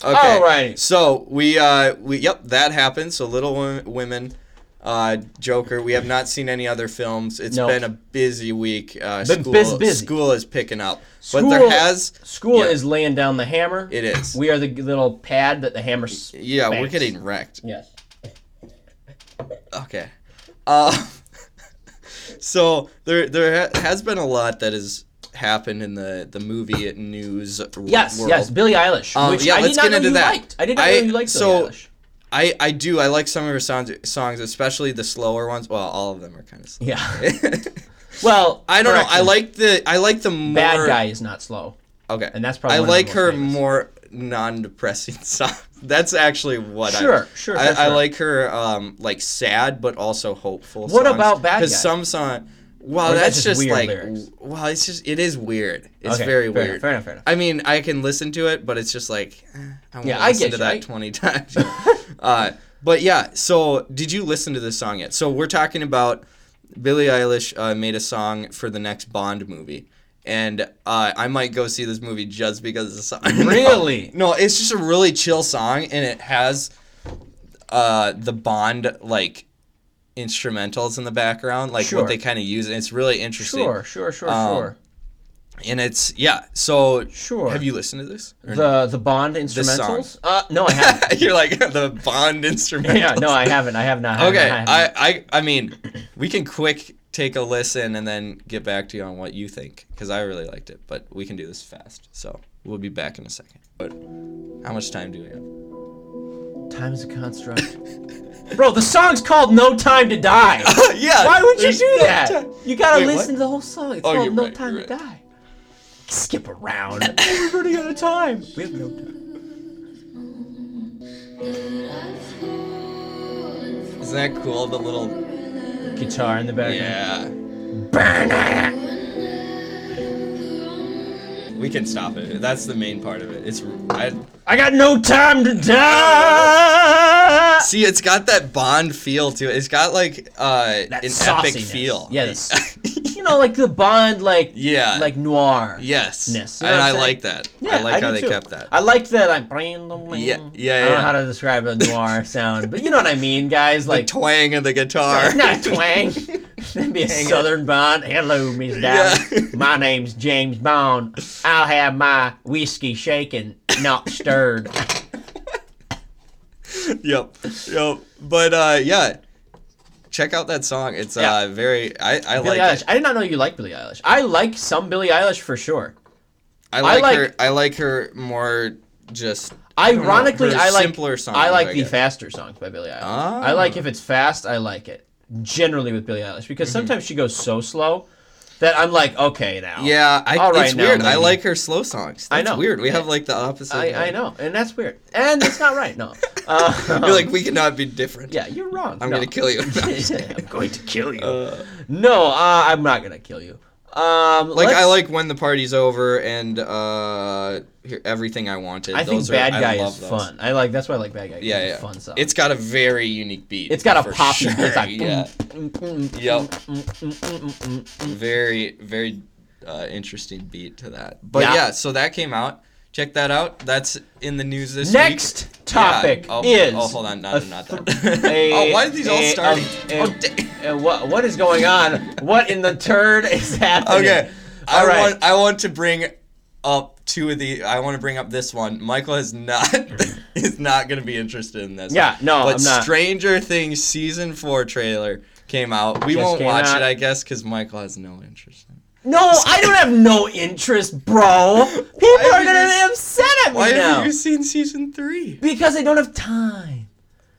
Speaker 1: Alrighty.
Speaker 2: So we uh we yep that happened. So Little Wo- Women, uh Joker. We have not seen any other films. It's
Speaker 1: No.
Speaker 2: been a busy week. Uh,
Speaker 1: Been
Speaker 2: school
Speaker 1: bus- busy.
Speaker 2: school is picking up, but there
Speaker 1: School-
Speaker 2: has
Speaker 1: School
Speaker 2: Yeah.
Speaker 1: is laying down the hammer.
Speaker 2: it is.
Speaker 1: We are the little pad that the hammer. s-
Speaker 2: yeah, we're
Speaker 1: Thanks.
Speaker 2: getting wrecked.
Speaker 1: Yes.
Speaker 2: Okay. Uh, so there there ha- has been a lot that has happened in the the movie news
Speaker 1: Yes,
Speaker 2: world.
Speaker 1: yes. Billie Eilish.
Speaker 2: Um,
Speaker 1: which
Speaker 2: yeah,
Speaker 1: I did
Speaker 2: let's
Speaker 1: not
Speaker 2: get
Speaker 1: know
Speaker 2: into
Speaker 1: you
Speaker 2: that.
Speaker 1: liked. I did not
Speaker 2: I-
Speaker 1: know you liked
Speaker 2: so-
Speaker 1: Billie Eilish.
Speaker 2: I I do. I like some of her songs, songs, especially the slower ones. Well, all of them are kind of slow.
Speaker 1: Yeah. Well,
Speaker 2: I don't know. I
Speaker 1: correction.
Speaker 2: like the I like the more
Speaker 1: Bad Guy is not slow.
Speaker 2: Okay,
Speaker 1: And that's probably
Speaker 2: I
Speaker 1: one of the
Speaker 2: like
Speaker 1: most
Speaker 2: her
Speaker 1: famous.
Speaker 2: more non-depressing songs. That's actually what
Speaker 1: Sure,
Speaker 2: I
Speaker 1: sure, sure,
Speaker 2: I, I
Speaker 1: sure.
Speaker 2: like her um like sad but also hopeful.
Speaker 1: What about Bad Guy?
Speaker 2: Because some song. Wow,
Speaker 1: Or is that
Speaker 2: that's
Speaker 1: just
Speaker 2: just,
Speaker 1: weird
Speaker 2: like
Speaker 1: lyrics?
Speaker 2: wow. It's just it is weird. It's
Speaker 1: Okay,
Speaker 2: very
Speaker 1: fair
Speaker 2: weird.
Speaker 1: Enough, fair enough. Fair enough.
Speaker 2: I mean, I can listen to it, but it's just like eh, I won't
Speaker 1: Yeah, I
Speaker 2: listen
Speaker 1: get
Speaker 2: to
Speaker 1: you.
Speaker 2: that
Speaker 1: I-
Speaker 2: twenty times. uh, but yeah, so did you listen to this song yet? So we're talking about Billie Eilish uh, made a song for the next Bond movie, and uh, I might go see this movie just because of the song. No.
Speaker 1: Really?
Speaker 2: No, it's just a really chill song, and it has uh, the Bond like instrumentals in the background, like
Speaker 1: Sure.
Speaker 2: what they kind of use, and it's really interesting.
Speaker 1: Sure, sure, sure,
Speaker 2: Um,
Speaker 1: sure,
Speaker 2: And it's yeah. So
Speaker 1: sure.
Speaker 2: have you listened to this? Or
Speaker 1: the the Bond
Speaker 2: song.
Speaker 1: instrumentals? Uh, no, I haven't.
Speaker 2: You're like the Bond instrument.
Speaker 1: yeah, no, I haven't. I have not. I have
Speaker 2: Okay,
Speaker 1: not,
Speaker 2: I, I I mean, we can quick take a listen and then get back to you on what you think because I really liked it, but we can do this fast, so we'll be back in a second. But how much time do we have?
Speaker 1: haven't. Time is a construct. Bro, the song's called "No Time to Die."
Speaker 2: yeah.
Speaker 1: Why would you
Speaker 2: Oh, there's
Speaker 1: do
Speaker 2: no
Speaker 1: that?
Speaker 2: time.
Speaker 1: You gotta
Speaker 2: Wait, what?
Speaker 1: listen to the whole song. It's
Speaker 2: Oh, you're
Speaker 1: called "No
Speaker 2: right,
Speaker 1: Time
Speaker 2: you're
Speaker 1: to
Speaker 2: right.
Speaker 1: Die." Skip around. We're running out of time. We have no time.
Speaker 2: Isn't that cool? The little
Speaker 1: Guitar in the background.
Speaker 2: yeah. We can stop it. That's the main part of it. It's I
Speaker 1: I got no time to die.
Speaker 2: see. It's got that Bond feel to it. It's got like uh
Speaker 1: That
Speaker 2: an epic
Speaker 1: sauciness.
Speaker 2: feel.
Speaker 1: Yeah, the you know, like the Bond, like
Speaker 2: Yeah.
Speaker 1: like noir.
Speaker 2: Yes.
Speaker 1: Ness, you know
Speaker 2: and
Speaker 1: what
Speaker 2: I
Speaker 1: I'm saying?
Speaker 2: like that.
Speaker 1: Yeah,
Speaker 2: I like how
Speaker 1: do
Speaker 2: they
Speaker 1: too.
Speaker 2: kept that.
Speaker 1: I like that. I'm randomly.
Speaker 2: Yeah, yeah,
Speaker 1: I don't know
Speaker 2: yeah.
Speaker 1: how to describe a noir sound, but you know what I mean, guys.
Speaker 2: the
Speaker 1: Like
Speaker 2: twang of the guitar.
Speaker 1: not twang. That'd be a
Speaker 2: Hang it.
Speaker 1: Southern Bond. Hello, Miss Diamond. My name's James Bond. I'll have my whiskey shaken, not stirred.
Speaker 2: yep. Yep. But uh yeah. Check out that song. It's
Speaker 1: Yeah.
Speaker 2: uh very I, I
Speaker 1: Billie
Speaker 2: like
Speaker 1: Eilish.
Speaker 2: it.
Speaker 1: I did not know you liked Billie Eilish. I like some Billie Eilish for sure.
Speaker 2: I like,
Speaker 1: like-
Speaker 2: her I like her more just don't know,
Speaker 1: Ironically,
Speaker 2: her
Speaker 1: I like
Speaker 2: simpler songs,
Speaker 1: I like
Speaker 2: I
Speaker 1: the
Speaker 2: guess.
Speaker 1: faster songs by Billie Eilish.
Speaker 2: Ah.
Speaker 1: I like if it's fast, I like it. Generally with Billie Eilish because
Speaker 2: Mm-hmm.
Speaker 1: sometimes she goes so slow that I'm like, okay now.
Speaker 2: Yeah, I
Speaker 1: Oh. All right
Speaker 2: it's
Speaker 1: now,
Speaker 2: weird. I
Speaker 1: lady.
Speaker 2: like her slow songs.
Speaker 1: I
Speaker 2: That's
Speaker 1: know.
Speaker 2: weird. We have like the opposite.
Speaker 1: I, I know, and that's weird, and it's not right. No, uh,
Speaker 2: You're like we cannot be different.
Speaker 1: yeah, you're wrong.
Speaker 2: I'm
Speaker 1: no.
Speaker 2: gonna kill you.
Speaker 1: I'm going to kill you.
Speaker 2: Uh,
Speaker 1: no, uh, I'm not gonna kill you. Um,
Speaker 2: like I
Speaker 1: let's-
Speaker 2: like when the party's over and uh here- everything I wanted.
Speaker 1: I think
Speaker 2: Those are-
Speaker 1: Bad
Speaker 2: I
Speaker 1: Guy
Speaker 2: love
Speaker 1: is
Speaker 2: those.
Speaker 1: fun. I like that's why I like Bad Guy. 'cause
Speaker 2: Yeah,
Speaker 1: it's
Speaker 2: yeah.
Speaker 1: a fun song.
Speaker 2: It's got a very unique beat.
Speaker 1: it's got a
Speaker 2: for
Speaker 1: poppy.
Speaker 2: Sure.
Speaker 1: It's like
Speaker 2: yeah.
Speaker 1: boom, boom, boom,
Speaker 2: Yep.
Speaker 1: boom, boom, boom, boom, boom, boom.
Speaker 2: Very very uh, interesting beat to that. But yeah.
Speaker 1: Yeah.
Speaker 2: so that came out. Check that out. That's in the news this week.
Speaker 1: Next topic
Speaker 2: Yeah. Oh,
Speaker 1: is.
Speaker 2: Oh, hold on, not,
Speaker 1: a
Speaker 2: not
Speaker 1: th-
Speaker 2: that.
Speaker 1: a-
Speaker 2: oh, why are these all
Speaker 1: a-
Speaker 2: starting?
Speaker 1: a-
Speaker 2: oh, dang.
Speaker 1: And what what is going on? What in the turd is happening?
Speaker 2: Okay.
Speaker 1: All
Speaker 2: I
Speaker 1: right.
Speaker 2: want I want to bring up two of the I want to bring up this one. Michael is not is not going to be interested in this.
Speaker 1: Yeah, no,
Speaker 2: But
Speaker 1: Oh, I'm not.
Speaker 2: Stranger Things season 4 trailer came out. We
Speaker 1: Just
Speaker 2: won't
Speaker 1: came
Speaker 2: watch
Speaker 1: out.
Speaker 2: it, I guess, cuz Michael has no interest. in it.
Speaker 1: no, I don't have no interest, bro. People
Speaker 2: have
Speaker 1: are
Speaker 2: you
Speaker 1: gonna
Speaker 2: s-
Speaker 1: be upset at me
Speaker 2: Why
Speaker 1: now
Speaker 2: haven't you seen season 3?
Speaker 1: because I don't have time.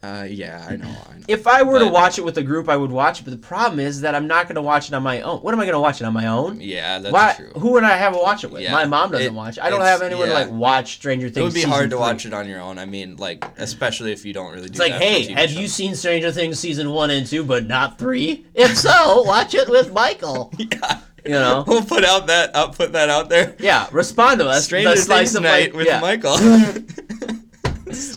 Speaker 2: Uh, yeah, I know. I know.
Speaker 1: If I were to
Speaker 2: But-
Speaker 1: watch it with a group, I would watch it. But the problem is that I'm not going to watch it on my own. What am I going to watch it on my own?
Speaker 2: yeah, that's
Speaker 1: Why,
Speaker 2: true.
Speaker 1: who would I have to watch it with?
Speaker 2: Yeah,
Speaker 1: My mom doesn't
Speaker 2: it-
Speaker 1: watch. I don't
Speaker 2: it's-
Speaker 1: have anyone to
Speaker 2: yeah.
Speaker 1: like watch Stranger Things.
Speaker 2: it would be hard
Speaker 1: season
Speaker 2: to
Speaker 1: three.
Speaker 2: watch it on your own. I mean, like especially if you don't really do.
Speaker 1: It's like,
Speaker 2: that for
Speaker 1: hey,
Speaker 2: TV
Speaker 1: have you seen Stranger Things season one and two, but not three? If so, watch it with Michael.
Speaker 2: shows. Yeah.
Speaker 1: You know,
Speaker 2: We'll put out that. I'll put that out there.
Speaker 1: yeah. Respond to us.
Speaker 2: Stranger
Speaker 1: The slice
Speaker 2: Things
Speaker 1: of
Speaker 2: night
Speaker 1: life-
Speaker 2: with
Speaker 1: yeah.
Speaker 2: Michael.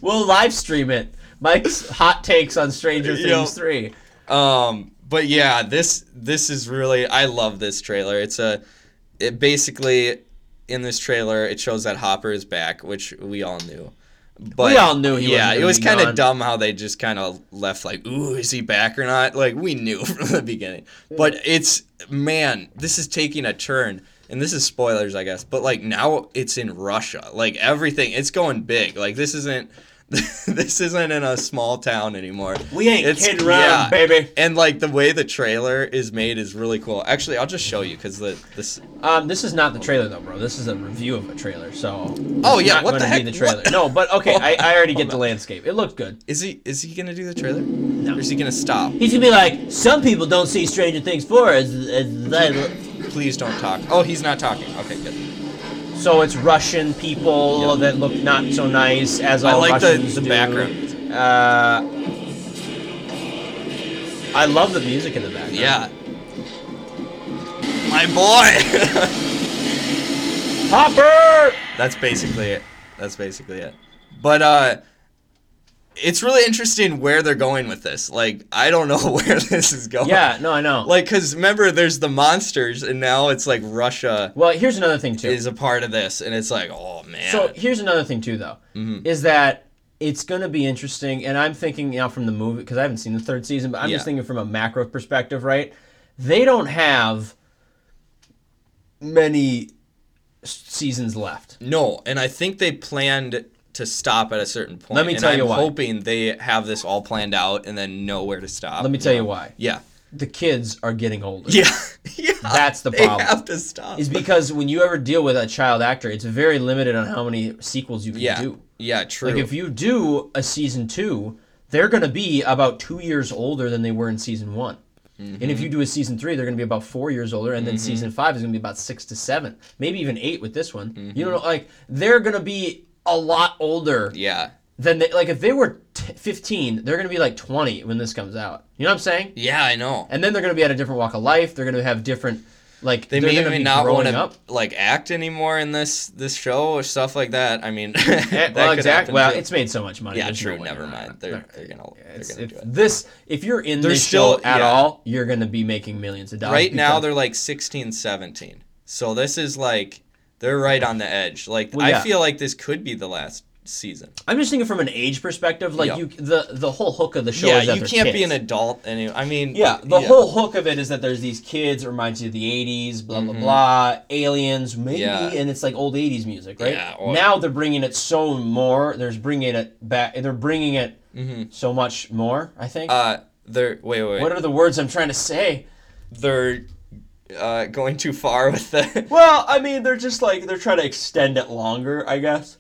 Speaker 1: We'll live stream it. Mike's hot takes on Stranger
Speaker 2: Yo.
Speaker 1: Things three.
Speaker 2: um, but yeah, this this is really. I love this trailer. It's a. It basically, in this trailer, it shows that Hopper is back, which we all knew. But
Speaker 1: We all knew he wasn't
Speaker 2: Yeah,
Speaker 1: gonna
Speaker 2: it was
Speaker 1: be
Speaker 2: kind
Speaker 1: gone.
Speaker 2: of dumb how they just kind of left like, "Ooh, is he back or not?" Like we knew from the beginning. But it's man, this is taking a turn, and this is spoilers, I guess. But like now, it's in Russia. Like everything, it's going big. Like this isn't. this isn't in a small town anymore.
Speaker 1: We ain't
Speaker 2: It's-
Speaker 1: kidding around,
Speaker 2: yeah.
Speaker 1: baby.
Speaker 2: And like the way the trailer is made is really cool. Actually, I'll just show you because the this.
Speaker 1: Um, this is not the trailer though, bro. This is a review of a trailer, so.
Speaker 2: Oh,
Speaker 1: it's
Speaker 2: yeah,
Speaker 1: not
Speaker 2: what the
Speaker 1: gonna
Speaker 2: heck?
Speaker 1: Be the trailer.
Speaker 2: What?
Speaker 1: No, but okay, I, I already get
Speaker 2: Hold
Speaker 1: the
Speaker 2: on.
Speaker 1: landscape. It looked good.
Speaker 2: Is he is he gonna do the trailer? No. Or is he gonna stop?
Speaker 1: He's gonna be like, some people don't see Stranger Things four as as that.
Speaker 2: Please don't talk. Oh, he's not talking. Okay, good.
Speaker 1: So it's Russian people
Speaker 2: Yeah.
Speaker 1: that look not so nice as
Speaker 2: I
Speaker 1: all
Speaker 2: like the-
Speaker 1: Russians
Speaker 2: the
Speaker 1: do.
Speaker 2: background.
Speaker 1: Uh, I love the music in the background.
Speaker 2: Yeah. My boy.
Speaker 1: Hopper.
Speaker 2: That's basically it. That's basically it. But uh it's really interesting where they're going with this. Like I don't know where this is going.
Speaker 1: Yeah, no, I know.
Speaker 2: Like cuz remember there's the monsters and now it's like Russia
Speaker 1: well, here's another thing too.
Speaker 2: is a part of this and it's like oh man.
Speaker 1: So here's another thing too, though,
Speaker 2: Mm-hmm.
Speaker 1: is that it's going to be interesting, and I'm thinking now from the movie because I haven't seen the third season, but I'm
Speaker 2: Yeah.
Speaker 1: just thinking from a macro perspective, right? They don't have many s- seasons left.
Speaker 2: no, and I think they planned to stop at a certain point.
Speaker 1: Let me
Speaker 2: and
Speaker 1: tell you
Speaker 2: I'm
Speaker 1: why.
Speaker 2: hoping they have this all planned out and then know where to stop.
Speaker 1: Let me tell you why.
Speaker 2: Yeah.
Speaker 1: The kids are getting older.
Speaker 2: Yeah. yeah.
Speaker 1: That's the
Speaker 2: They
Speaker 1: problem.
Speaker 2: have to stop.
Speaker 1: Is because when you ever deal with a child actor, it's very limited on how many sequels you can
Speaker 2: yeah.
Speaker 1: do.
Speaker 2: Yeah, true.
Speaker 1: Like if you do a season two, they're gonna be about two years older than they were in season one. And if you
Speaker 2: Mm-hmm.
Speaker 1: do a season three, they're gonna be about four years older, and then season five is gonna be about six to seven, maybe even eight with this one.
Speaker 2: Mm-hmm.
Speaker 1: You know, like they're gonna be a lot older
Speaker 2: yeah.
Speaker 1: than they like if they were t- 15 they're gonna be like 20 when this comes out you know what i'm saying
Speaker 2: Yeah, I know.
Speaker 1: and then they're gonna be at a different walk of life they're gonna have different like
Speaker 2: They
Speaker 1: they're
Speaker 2: may
Speaker 1: gonna
Speaker 2: even
Speaker 1: be
Speaker 2: not
Speaker 1: growing
Speaker 2: want to
Speaker 1: up
Speaker 2: like act anymore in this this show or stuff like that. I mean, that
Speaker 1: well
Speaker 2: could
Speaker 1: exactly
Speaker 2: happen,
Speaker 1: well
Speaker 2: too.
Speaker 1: it's made so much money
Speaker 2: yeah,
Speaker 1: there's no
Speaker 2: true.
Speaker 1: way
Speaker 2: Never
Speaker 1: not-
Speaker 2: mind. They're, they're gonna
Speaker 1: It's,
Speaker 2: they're
Speaker 1: if
Speaker 2: gonna do it.
Speaker 1: this, if you're in
Speaker 2: They're
Speaker 1: this
Speaker 2: still-
Speaker 1: show at
Speaker 2: yeah.
Speaker 1: all, you're going to be making millions of dollars.
Speaker 2: Right now
Speaker 1: Uh, because-
Speaker 2: they're like 16, 17. So this is like they're right on the edge. Like
Speaker 1: Well,
Speaker 2: I
Speaker 1: yeah.
Speaker 2: feel like this could be the last season.
Speaker 1: I'm just thinking from an age perspective. Like
Speaker 2: Yeah.
Speaker 1: you, the the whole hook of the show.
Speaker 2: yeah,
Speaker 1: is that
Speaker 2: you
Speaker 1: there's
Speaker 2: can't be an
Speaker 1: kids.
Speaker 2: adult anyway. I mean,
Speaker 1: Yeah, the whole hook of it is that there's these kids. It reminds you of the '80s, blah blah blah. Aliens, maybe,
Speaker 2: Mm-hmm. Yeah.
Speaker 1: and it's like old '80s music, right?
Speaker 2: Yeah, or-
Speaker 1: now they're bringing it so more. There's bringing it back. They're bringing it so much more. I think.
Speaker 2: Mm-hmm. Uh, they're wait, wait, wait.
Speaker 1: what are the words I'm trying to say?
Speaker 2: they're uh, going too far with the.
Speaker 1: Well, I mean, they're just like they're trying to extend it longer, I guess.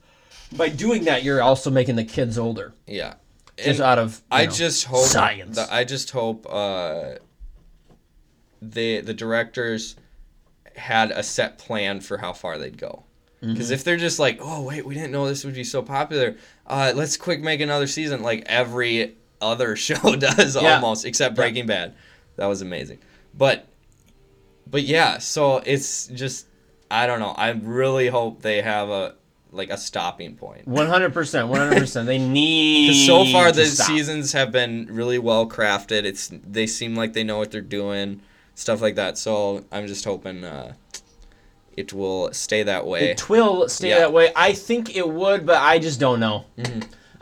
Speaker 1: By doing that, you're also making the kids older.
Speaker 2: yeah.
Speaker 1: Just
Speaker 2: And
Speaker 1: out of you
Speaker 2: I
Speaker 1: know.
Speaker 2: just hope
Speaker 1: science.
Speaker 2: the- I just hope uh, the the directors had a set plan for how far they'd go.
Speaker 1: Mm-hmm.
Speaker 2: Because if they're just like, oh wait, we didn't know this would be so popular. Uh, let's quick make another season, like every other show does
Speaker 1: Yeah.
Speaker 2: almost, except Breaking Bad. That was amazing. But but yeah, so it's just I don't know. I really hope they have a like a stopping point.
Speaker 1: One hundred percent, one hundred percent. They need.
Speaker 2: So far,
Speaker 1: to
Speaker 2: the
Speaker 1: stop.
Speaker 2: seasons have been really well crafted. It's they seem like they know what they're doing, stuff like that. So I'm just hoping uh, it will stay that way.
Speaker 1: It will stay
Speaker 2: eh, Yeah. Mm-hmm.
Speaker 1: that way. I think it would, but I just don't know.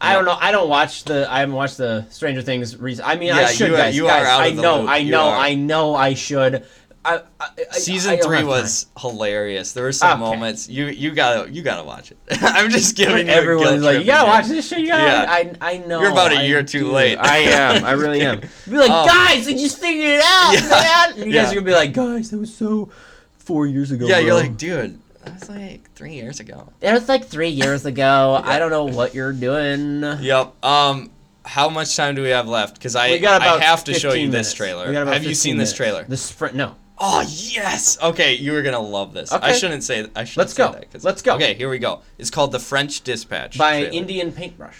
Speaker 1: I don't know. I don't watch the. I haven't watched the Stranger Things. Recent. I mean,
Speaker 2: Yeah,
Speaker 1: I should,
Speaker 2: you are-
Speaker 1: guys.
Speaker 2: you are
Speaker 1: guys,
Speaker 2: out
Speaker 1: I
Speaker 2: of the
Speaker 1: know.
Speaker 2: loop.
Speaker 1: I
Speaker 2: You
Speaker 1: know.
Speaker 2: are.
Speaker 1: I know. I should. I, I, I,
Speaker 2: Season
Speaker 1: I don't
Speaker 2: three
Speaker 1: have
Speaker 2: was hilarious. There were some
Speaker 1: Okay.
Speaker 2: moments you you gotta you gotta watch it. I'm just
Speaker 1: time.
Speaker 2: giving you a guilt
Speaker 1: Everyone's like,
Speaker 2: trip
Speaker 1: you gotta
Speaker 2: again."
Speaker 1: watch this shit. You gotta.
Speaker 2: Yeah.
Speaker 1: I, I know.
Speaker 2: You're about a
Speaker 1: I
Speaker 2: year too
Speaker 1: do.
Speaker 2: late.
Speaker 1: I am. I really am. Be like,
Speaker 2: Um,
Speaker 1: guys, I just figured it out,
Speaker 2: Yeah.
Speaker 1: man. And you
Speaker 2: Yeah.
Speaker 1: guys are gonna be like, guys, that was so four years ago.
Speaker 2: Yeah, you're
Speaker 1: bro."
Speaker 2: like, dude, that was like three years ago.
Speaker 1: It was like three years ago. I don't know what you're doing.
Speaker 2: Yep. Um, how much time do we have left? Because I,
Speaker 1: We got
Speaker 2: I
Speaker 1: about
Speaker 2: have to show
Speaker 1: 15
Speaker 2: you
Speaker 1: minutes.
Speaker 2: this trailer.
Speaker 1: We got about
Speaker 2: Have you
Speaker 1: 15
Speaker 2: seen
Speaker 1: minutes.
Speaker 2: this trailer?
Speaker 1: The sprint? No.
Speaker 2: Oh yes. Okay, you are gonna love this. I
Speaker 1: Okay.
Speaker 2: shouldn't say. I should.
Speaker 1: Let's
Speaker 2: say
Speaker 1: go.
Speaker 2: That 'cause-
Speaker 1: Let's go.
Speaker 2: Okay, here we go. It's called The French Dispatch.
Speaker 1: By
Speaker 2: trailer.
Speaker 1: Indian Paintbrush.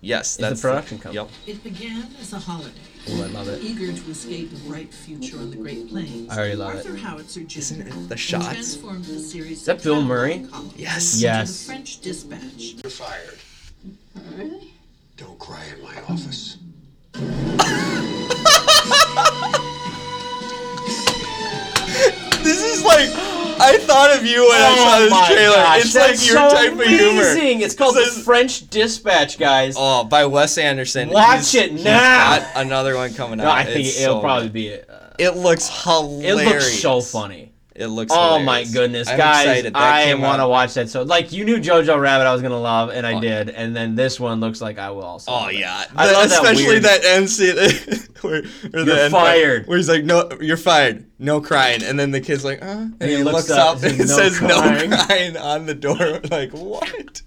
Speaker 2: Yes,
Speaker 1: the
Speaker 2: that's
Speaker 1: production company.
Speaker 2: Yep.
Speaker 3: It began as a holiday,
Speaker 1: Ooh, I love it.
Speaker 3: eager to escape a bright future on the Great Plains.
Speaker 1: I already love it.
Speaker 3: Arthur Howitzer Jr.
Speaker 2: Isn't it the shots?
Speaker 3: Transformed the series. Is
Speaker 1: that Bill Murray?
Speaker 2: Yes.
Speaker 1: Yes.
Speaker 3: The French Dispatch.
Speaker 4: You're fired. Don't cry in my office.
Speaker 2: This is like. I thought of you
Speaker 1: Oh
Speaker 2: when I saw this trailer. it's like your type of humor.
Speaker 1: It's called
Speaker 2: This
Speaker 1: the
Speaker 2: is-
Speaker 1: French Dispatch, guys.
Speaker 2: Oh, by Wes Anderson.
Speaker 1: Watch
Speaker 2: He's-
Speaker 1: it
Speaker 2: he's
Speaker 1: now.
Speaker 2: got another one coming out.
Speaker 1: No, I think
Speaker 2: It's
Speaker 1: it'll
Speaker 2: so
Speaker 1: probably
Speaker 2: good.
Speaker 1: be. Uh,
Speaker 2: It looks
Speaker 1: it
Speaker 2: hilarious.
Speaker 1: looks so funny.
Speaker 2: It looks.
Speaker 1: Oh my
Speaker 2: hilarious.
Speaker 1: goodness,
Speaker 2: I'm
Speaker 1: guys!
Speaker 2: excited. That
Speaker 1: I
Speaker 2: came
Speaker 1: want to
Speaker 2: out-
Speaker 1: watch that. So, like, you knew Jojo Rabbit, I was gonna love, and I
Speaker 2: Oh,
Speaker 1: did. And then this one looks like I will also.
Speaker 2: Oh
Speaker 1: love it.
Speaker 2: yeah,
Speaker 1: I love that
Speaker 2: especially
Speaker 1: weird-
Speaker 2: that, end scene where, where
Speaker 1: You're
Speaker 2: the end
Speaker 1: fired.
Speaker 2: Where he's like, "No, you're fired. No crying." And then the kid's like, "Uh," and,
Speaker 1: he
Speaker 2: he,
Speaker 1: looks
Speaker 2: looks,
Speaker 1: up,
Speaker 2: up,
Speaker 1: it
Speaker 2: and it
Speaker 1: says,
Speaker 2: says,
Speaker 1: "No
Speaker 2: "No
Speaker 1: crying."
Speaker 2: crying" on the door. Like what?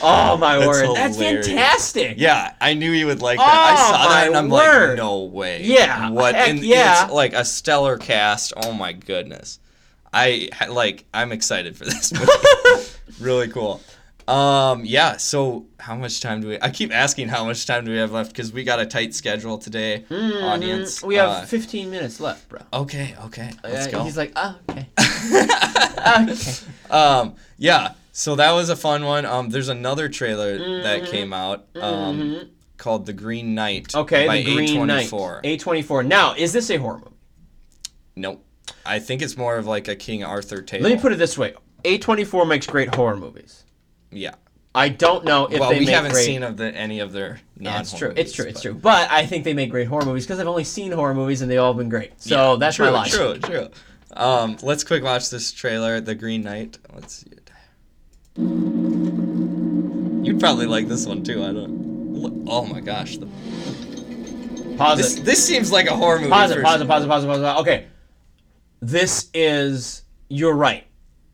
Speaker 1: Oh my
Speaker 2: That's
Speaker 1: word! That's
Speaker 2: hilarious.
Speaker 1: fantastic.
Speaker 2: Yeah, I knew he would like that.
Speaker 1: Oh,
Speaker 2: I saw
Speaker 1: my
Speaker 2: that and I'm
Speaker 1: word.
Speaker 2: like, "No way."
Speaker 1: Yeah,
Speaker 2: What?
Speaker 1: heck
Speaker 2: and
Speaker 1: yeah.
Speaker 2: It's like a stellar cast. Oh my goodness. I like. I'm excited for this movie. really cool. Um, yeah. So, how much time do we? I keep asking how much time do we have left because we got a tight schedule today, audience.
Speaker 1: Hmm, Mm, We have
Speaker 2: Uh,
Speaker 1: 15 minutes left, bro.
Speaker 2: okay. Okay. Let's
Speaker 1: Uh,
Speaker 2: go.
Speaker 1: He's like, oh, okay.
Speaker 2: um, yeah. So that was a fun one. Um, there's another trailer
Speaker 1: Mm-hmm.
Speaker 2: that came out. Um, called The Green Knight.
Speaker 1: Okay,
Speaker 2: By
Speaker 1: the Green Knight.
Speaker 2: A24.
Speaker 1: A24. Now, is this a horror movie?
Speaker 2: Nope. I think it's more of like a King Arthur tale.
Speaker 1: Let me put it this way: A24 makes great horror movies.
Speaker 2: Yeah.
Speaker 1: I don't know if
Speaker 2: well,
Speaker 1: they
Speaker 2: we
Speaker 1: make
Speaker 2: haven't
Speaker 1: great.
Speaker 2: seen of the, any of their.
Speaker 1: yeah,
Speaker 2: non
Speaker 1: it's true. It's true. It's true. But I think they make great horror movies because I've only seen horror movies and they've all been great. So that's
Speaker 2: true,
Speaker 1: my logic.
Speaker 2: True. True. Um, let's quick watch this trailer, The Green Knight. Let's see it. You'd probably like this one too. I don't. Look, oh my gosh. The,
Speaker 1: Pause
Speaker 2: this
Speaker 1: it.
Speaker 2: this seems like a horror movie.
Speaker 1: Pause it.
Speaker 2: for
Speaker 1: Pause it. Pause it. Pause it. Pause it. Okay. This is. You're right.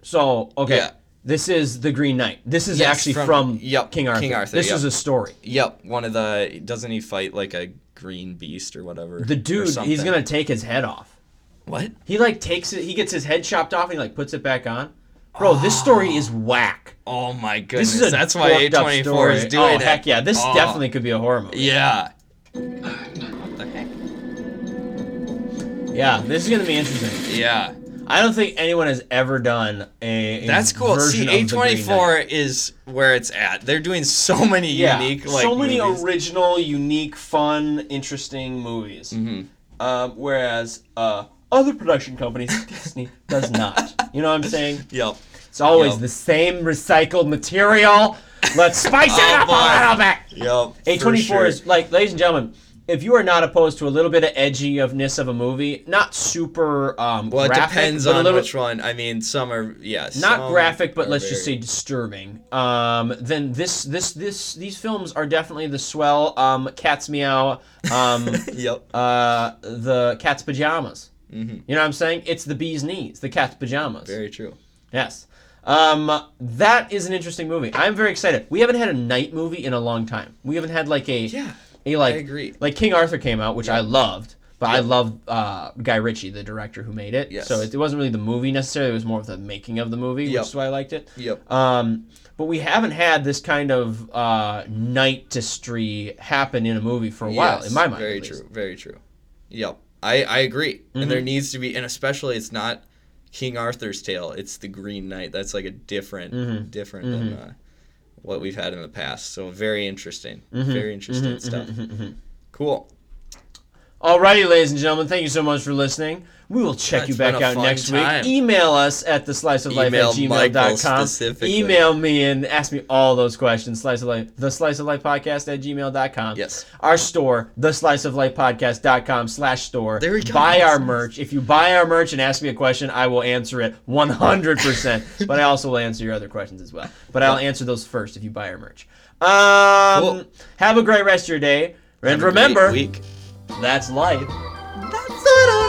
Speaker 1: So okay.
Speaker 2: Yeah.
Speaker 1: This is the Green Knight. This is
Speaker 2: Yes,
Speaker 1: actually from,
Speaker 2: from- yep,
Speaker 1: King Arthur.
Speaker 2: King Arthur,
Speaker 1: This
Speaker 2: yep.
Speaker 1: is a story.
Speaker 2: Yep. One of the doesn't he fight like a green beast or whatever?
Speaker 1: The dude, he's gonna take his head off.
Speaker 2: what?
Speaker 1: He like takes it. He gets his head chopped off and he like puts it back on. Bro, this story is whack.
Speaker 2: Oh my
Speaker 1: This
Speaker 2: goodness!
Speaker 1: is a
Speaker 2: That's why
Speaker 1: fucked up
Speaker 2: A24 is
Speaker 1: story.
Speaker 2: doing
Speaker 1: Oh
Speaker 2: it.
Speaker 1: heck yeah! This
Speaker 2: Oh,
Speaker 1: definitely could be a horror movie.
Speaker 2: Yeah. What the heck?
Speaker 1: Yeah, this is gonna be interesting.
Speaker 2: Yeah.
Speaker 1: I don't think anyone has ever done a. a
Speaker 2: That's cool.
Speaker 1: version
Speaker 2: See,
Speaker 1: of The Green Knight.
Speaker 2: A24 is where it's at. They're doing so many
Speaker 1: Yeah,
Speaker 2: unique, like
Speaker 1: so many
Speaker 2: movies.
Speaker 1: original, unique, fun, interesting movies.
Speaker 2: Mm-hmm.
Speaker 1: Um, whereas uh, other production companies, Disney does not. You know what I'm saying?
Speaker 2: Yep.
Speaker 1: It's always
Speaker 2: Yep.
Speaker 1: the same recycled material. Let's spice it up a
Speaker 2: Oh,
Speaker 1: little bit.
Speaker 2: Yep.
Speaker 1: A
Speaker 2: for
Speaker 1: twenty four
Speaker 2: sure.
Speaker 1: is like, ladies and gentlemen, if you are not opposed to a little bit of edgy ofness of a movie, not super um,
Speaker 2: Well, it
Speaker 1: graphic,
Speaker 2: depends
Speaker 1: but a
Speaker 2: on
Speaker 1: little,
Speaker 2: which one. I mean, some are yes.
Speaker 1: not graphic, but let's just say disturbing. Um, then this this this these films are definitely the swell. Um, Cat's meow. Um,
Speaker 2: Yep.
Speaker 1: uh, the cat's pajamas. Mm-hmm. You know what I'm saying? It's the bee's knees. The cat's pajamas.
Speaker 2: Very true.
Speaker 1: Yes. Um, that is an interesting movie. I'm very excited. We haven't had a night movie in a long time. We haven't had like a
Speaker 2: Yeah,
Speaker 1: a like
Speaker 2: agree.
Speaker 1: like King Arthur came out, which I loved, but I loved uh, Guy Ritchie, the director who made it.
Speaker 2: Yes.
Speaker 1: So it, it wasn't really the movie necessarily. It was more of the making of the movie,
Speaker 2: Yep.
Speaker 1: which is why I liked it.
Speaker 2: Yep.
Speaker 1: Um, but we haven't had this kind of uh, nightistry happen in a movie for a while,
Speaker 2: Yes,
Speaker 1: in my mind.
Speaker 2: Very
Speaker 1: at least. Mm-hmm.
Speaker 2: true. Very true. Yep. I I agree. And there needs to be, and especially it's not King Arthur's tale. It's the Green Knight. That's like a different,
Speaker 1: Mm-hmm.
Speaker 2: different than uh, what we've had in the past. So very interesting.
Speaker 1: Mm-hmm.
Speaker 2: Very interesting stuff. Cool.
Speaker 1: Alrighty, ladies and gentlemen, thank you so much for listening. We will check
Speaker 2: That's
Speaker 1: you back
Speaker 2: been a
Speaker 1: out
Speaker 2: fun
Speaker 1: next
Speaker 2: time.
Speaker 1: week. Email us at the slice of life
Speaker 2: Email
Speaker 1: at
Speaker 2: Michael
Speaker 1: gmail.com.
Speaker 2: specifically.
Speaker 1: Email me and ask me all those questions. Slice of life the slice of life podcast at gmail.com.
Speaker 2: Yes.
Speaker 1: Our store, the slice of life podcast.com slash store.
Speaker 2: There we go.
Speaker 1: Buy our merch. If you buy our merch and ask me a question, I will answer it one hundred percent. But I also will answer your other questions as well. But I'll answer those first if you buy our merch. Um
Speaker 2: Cool.
Speaker 1: have a great rest of your day. And
Speaker 2: Have a great
Speaker 1: remember,
Speaker 2: week.
Speaker 1: that's life.
Speaker 5: That's life.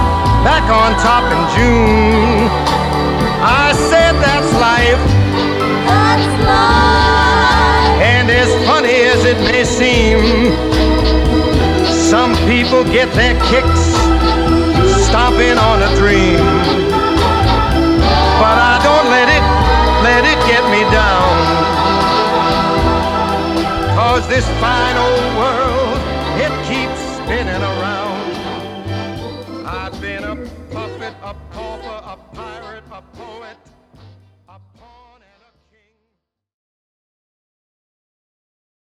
Speaker 1: back on top in June. I said that's life.
Speaker 6: That's love.
Speaker 1: And as funny as it may seem, some people get their kicks stomping on a dream. But I don't let it, let it get me down. Cause this fine old world, it keeps spinning around. I've been a puppet, a pauper, a pirate.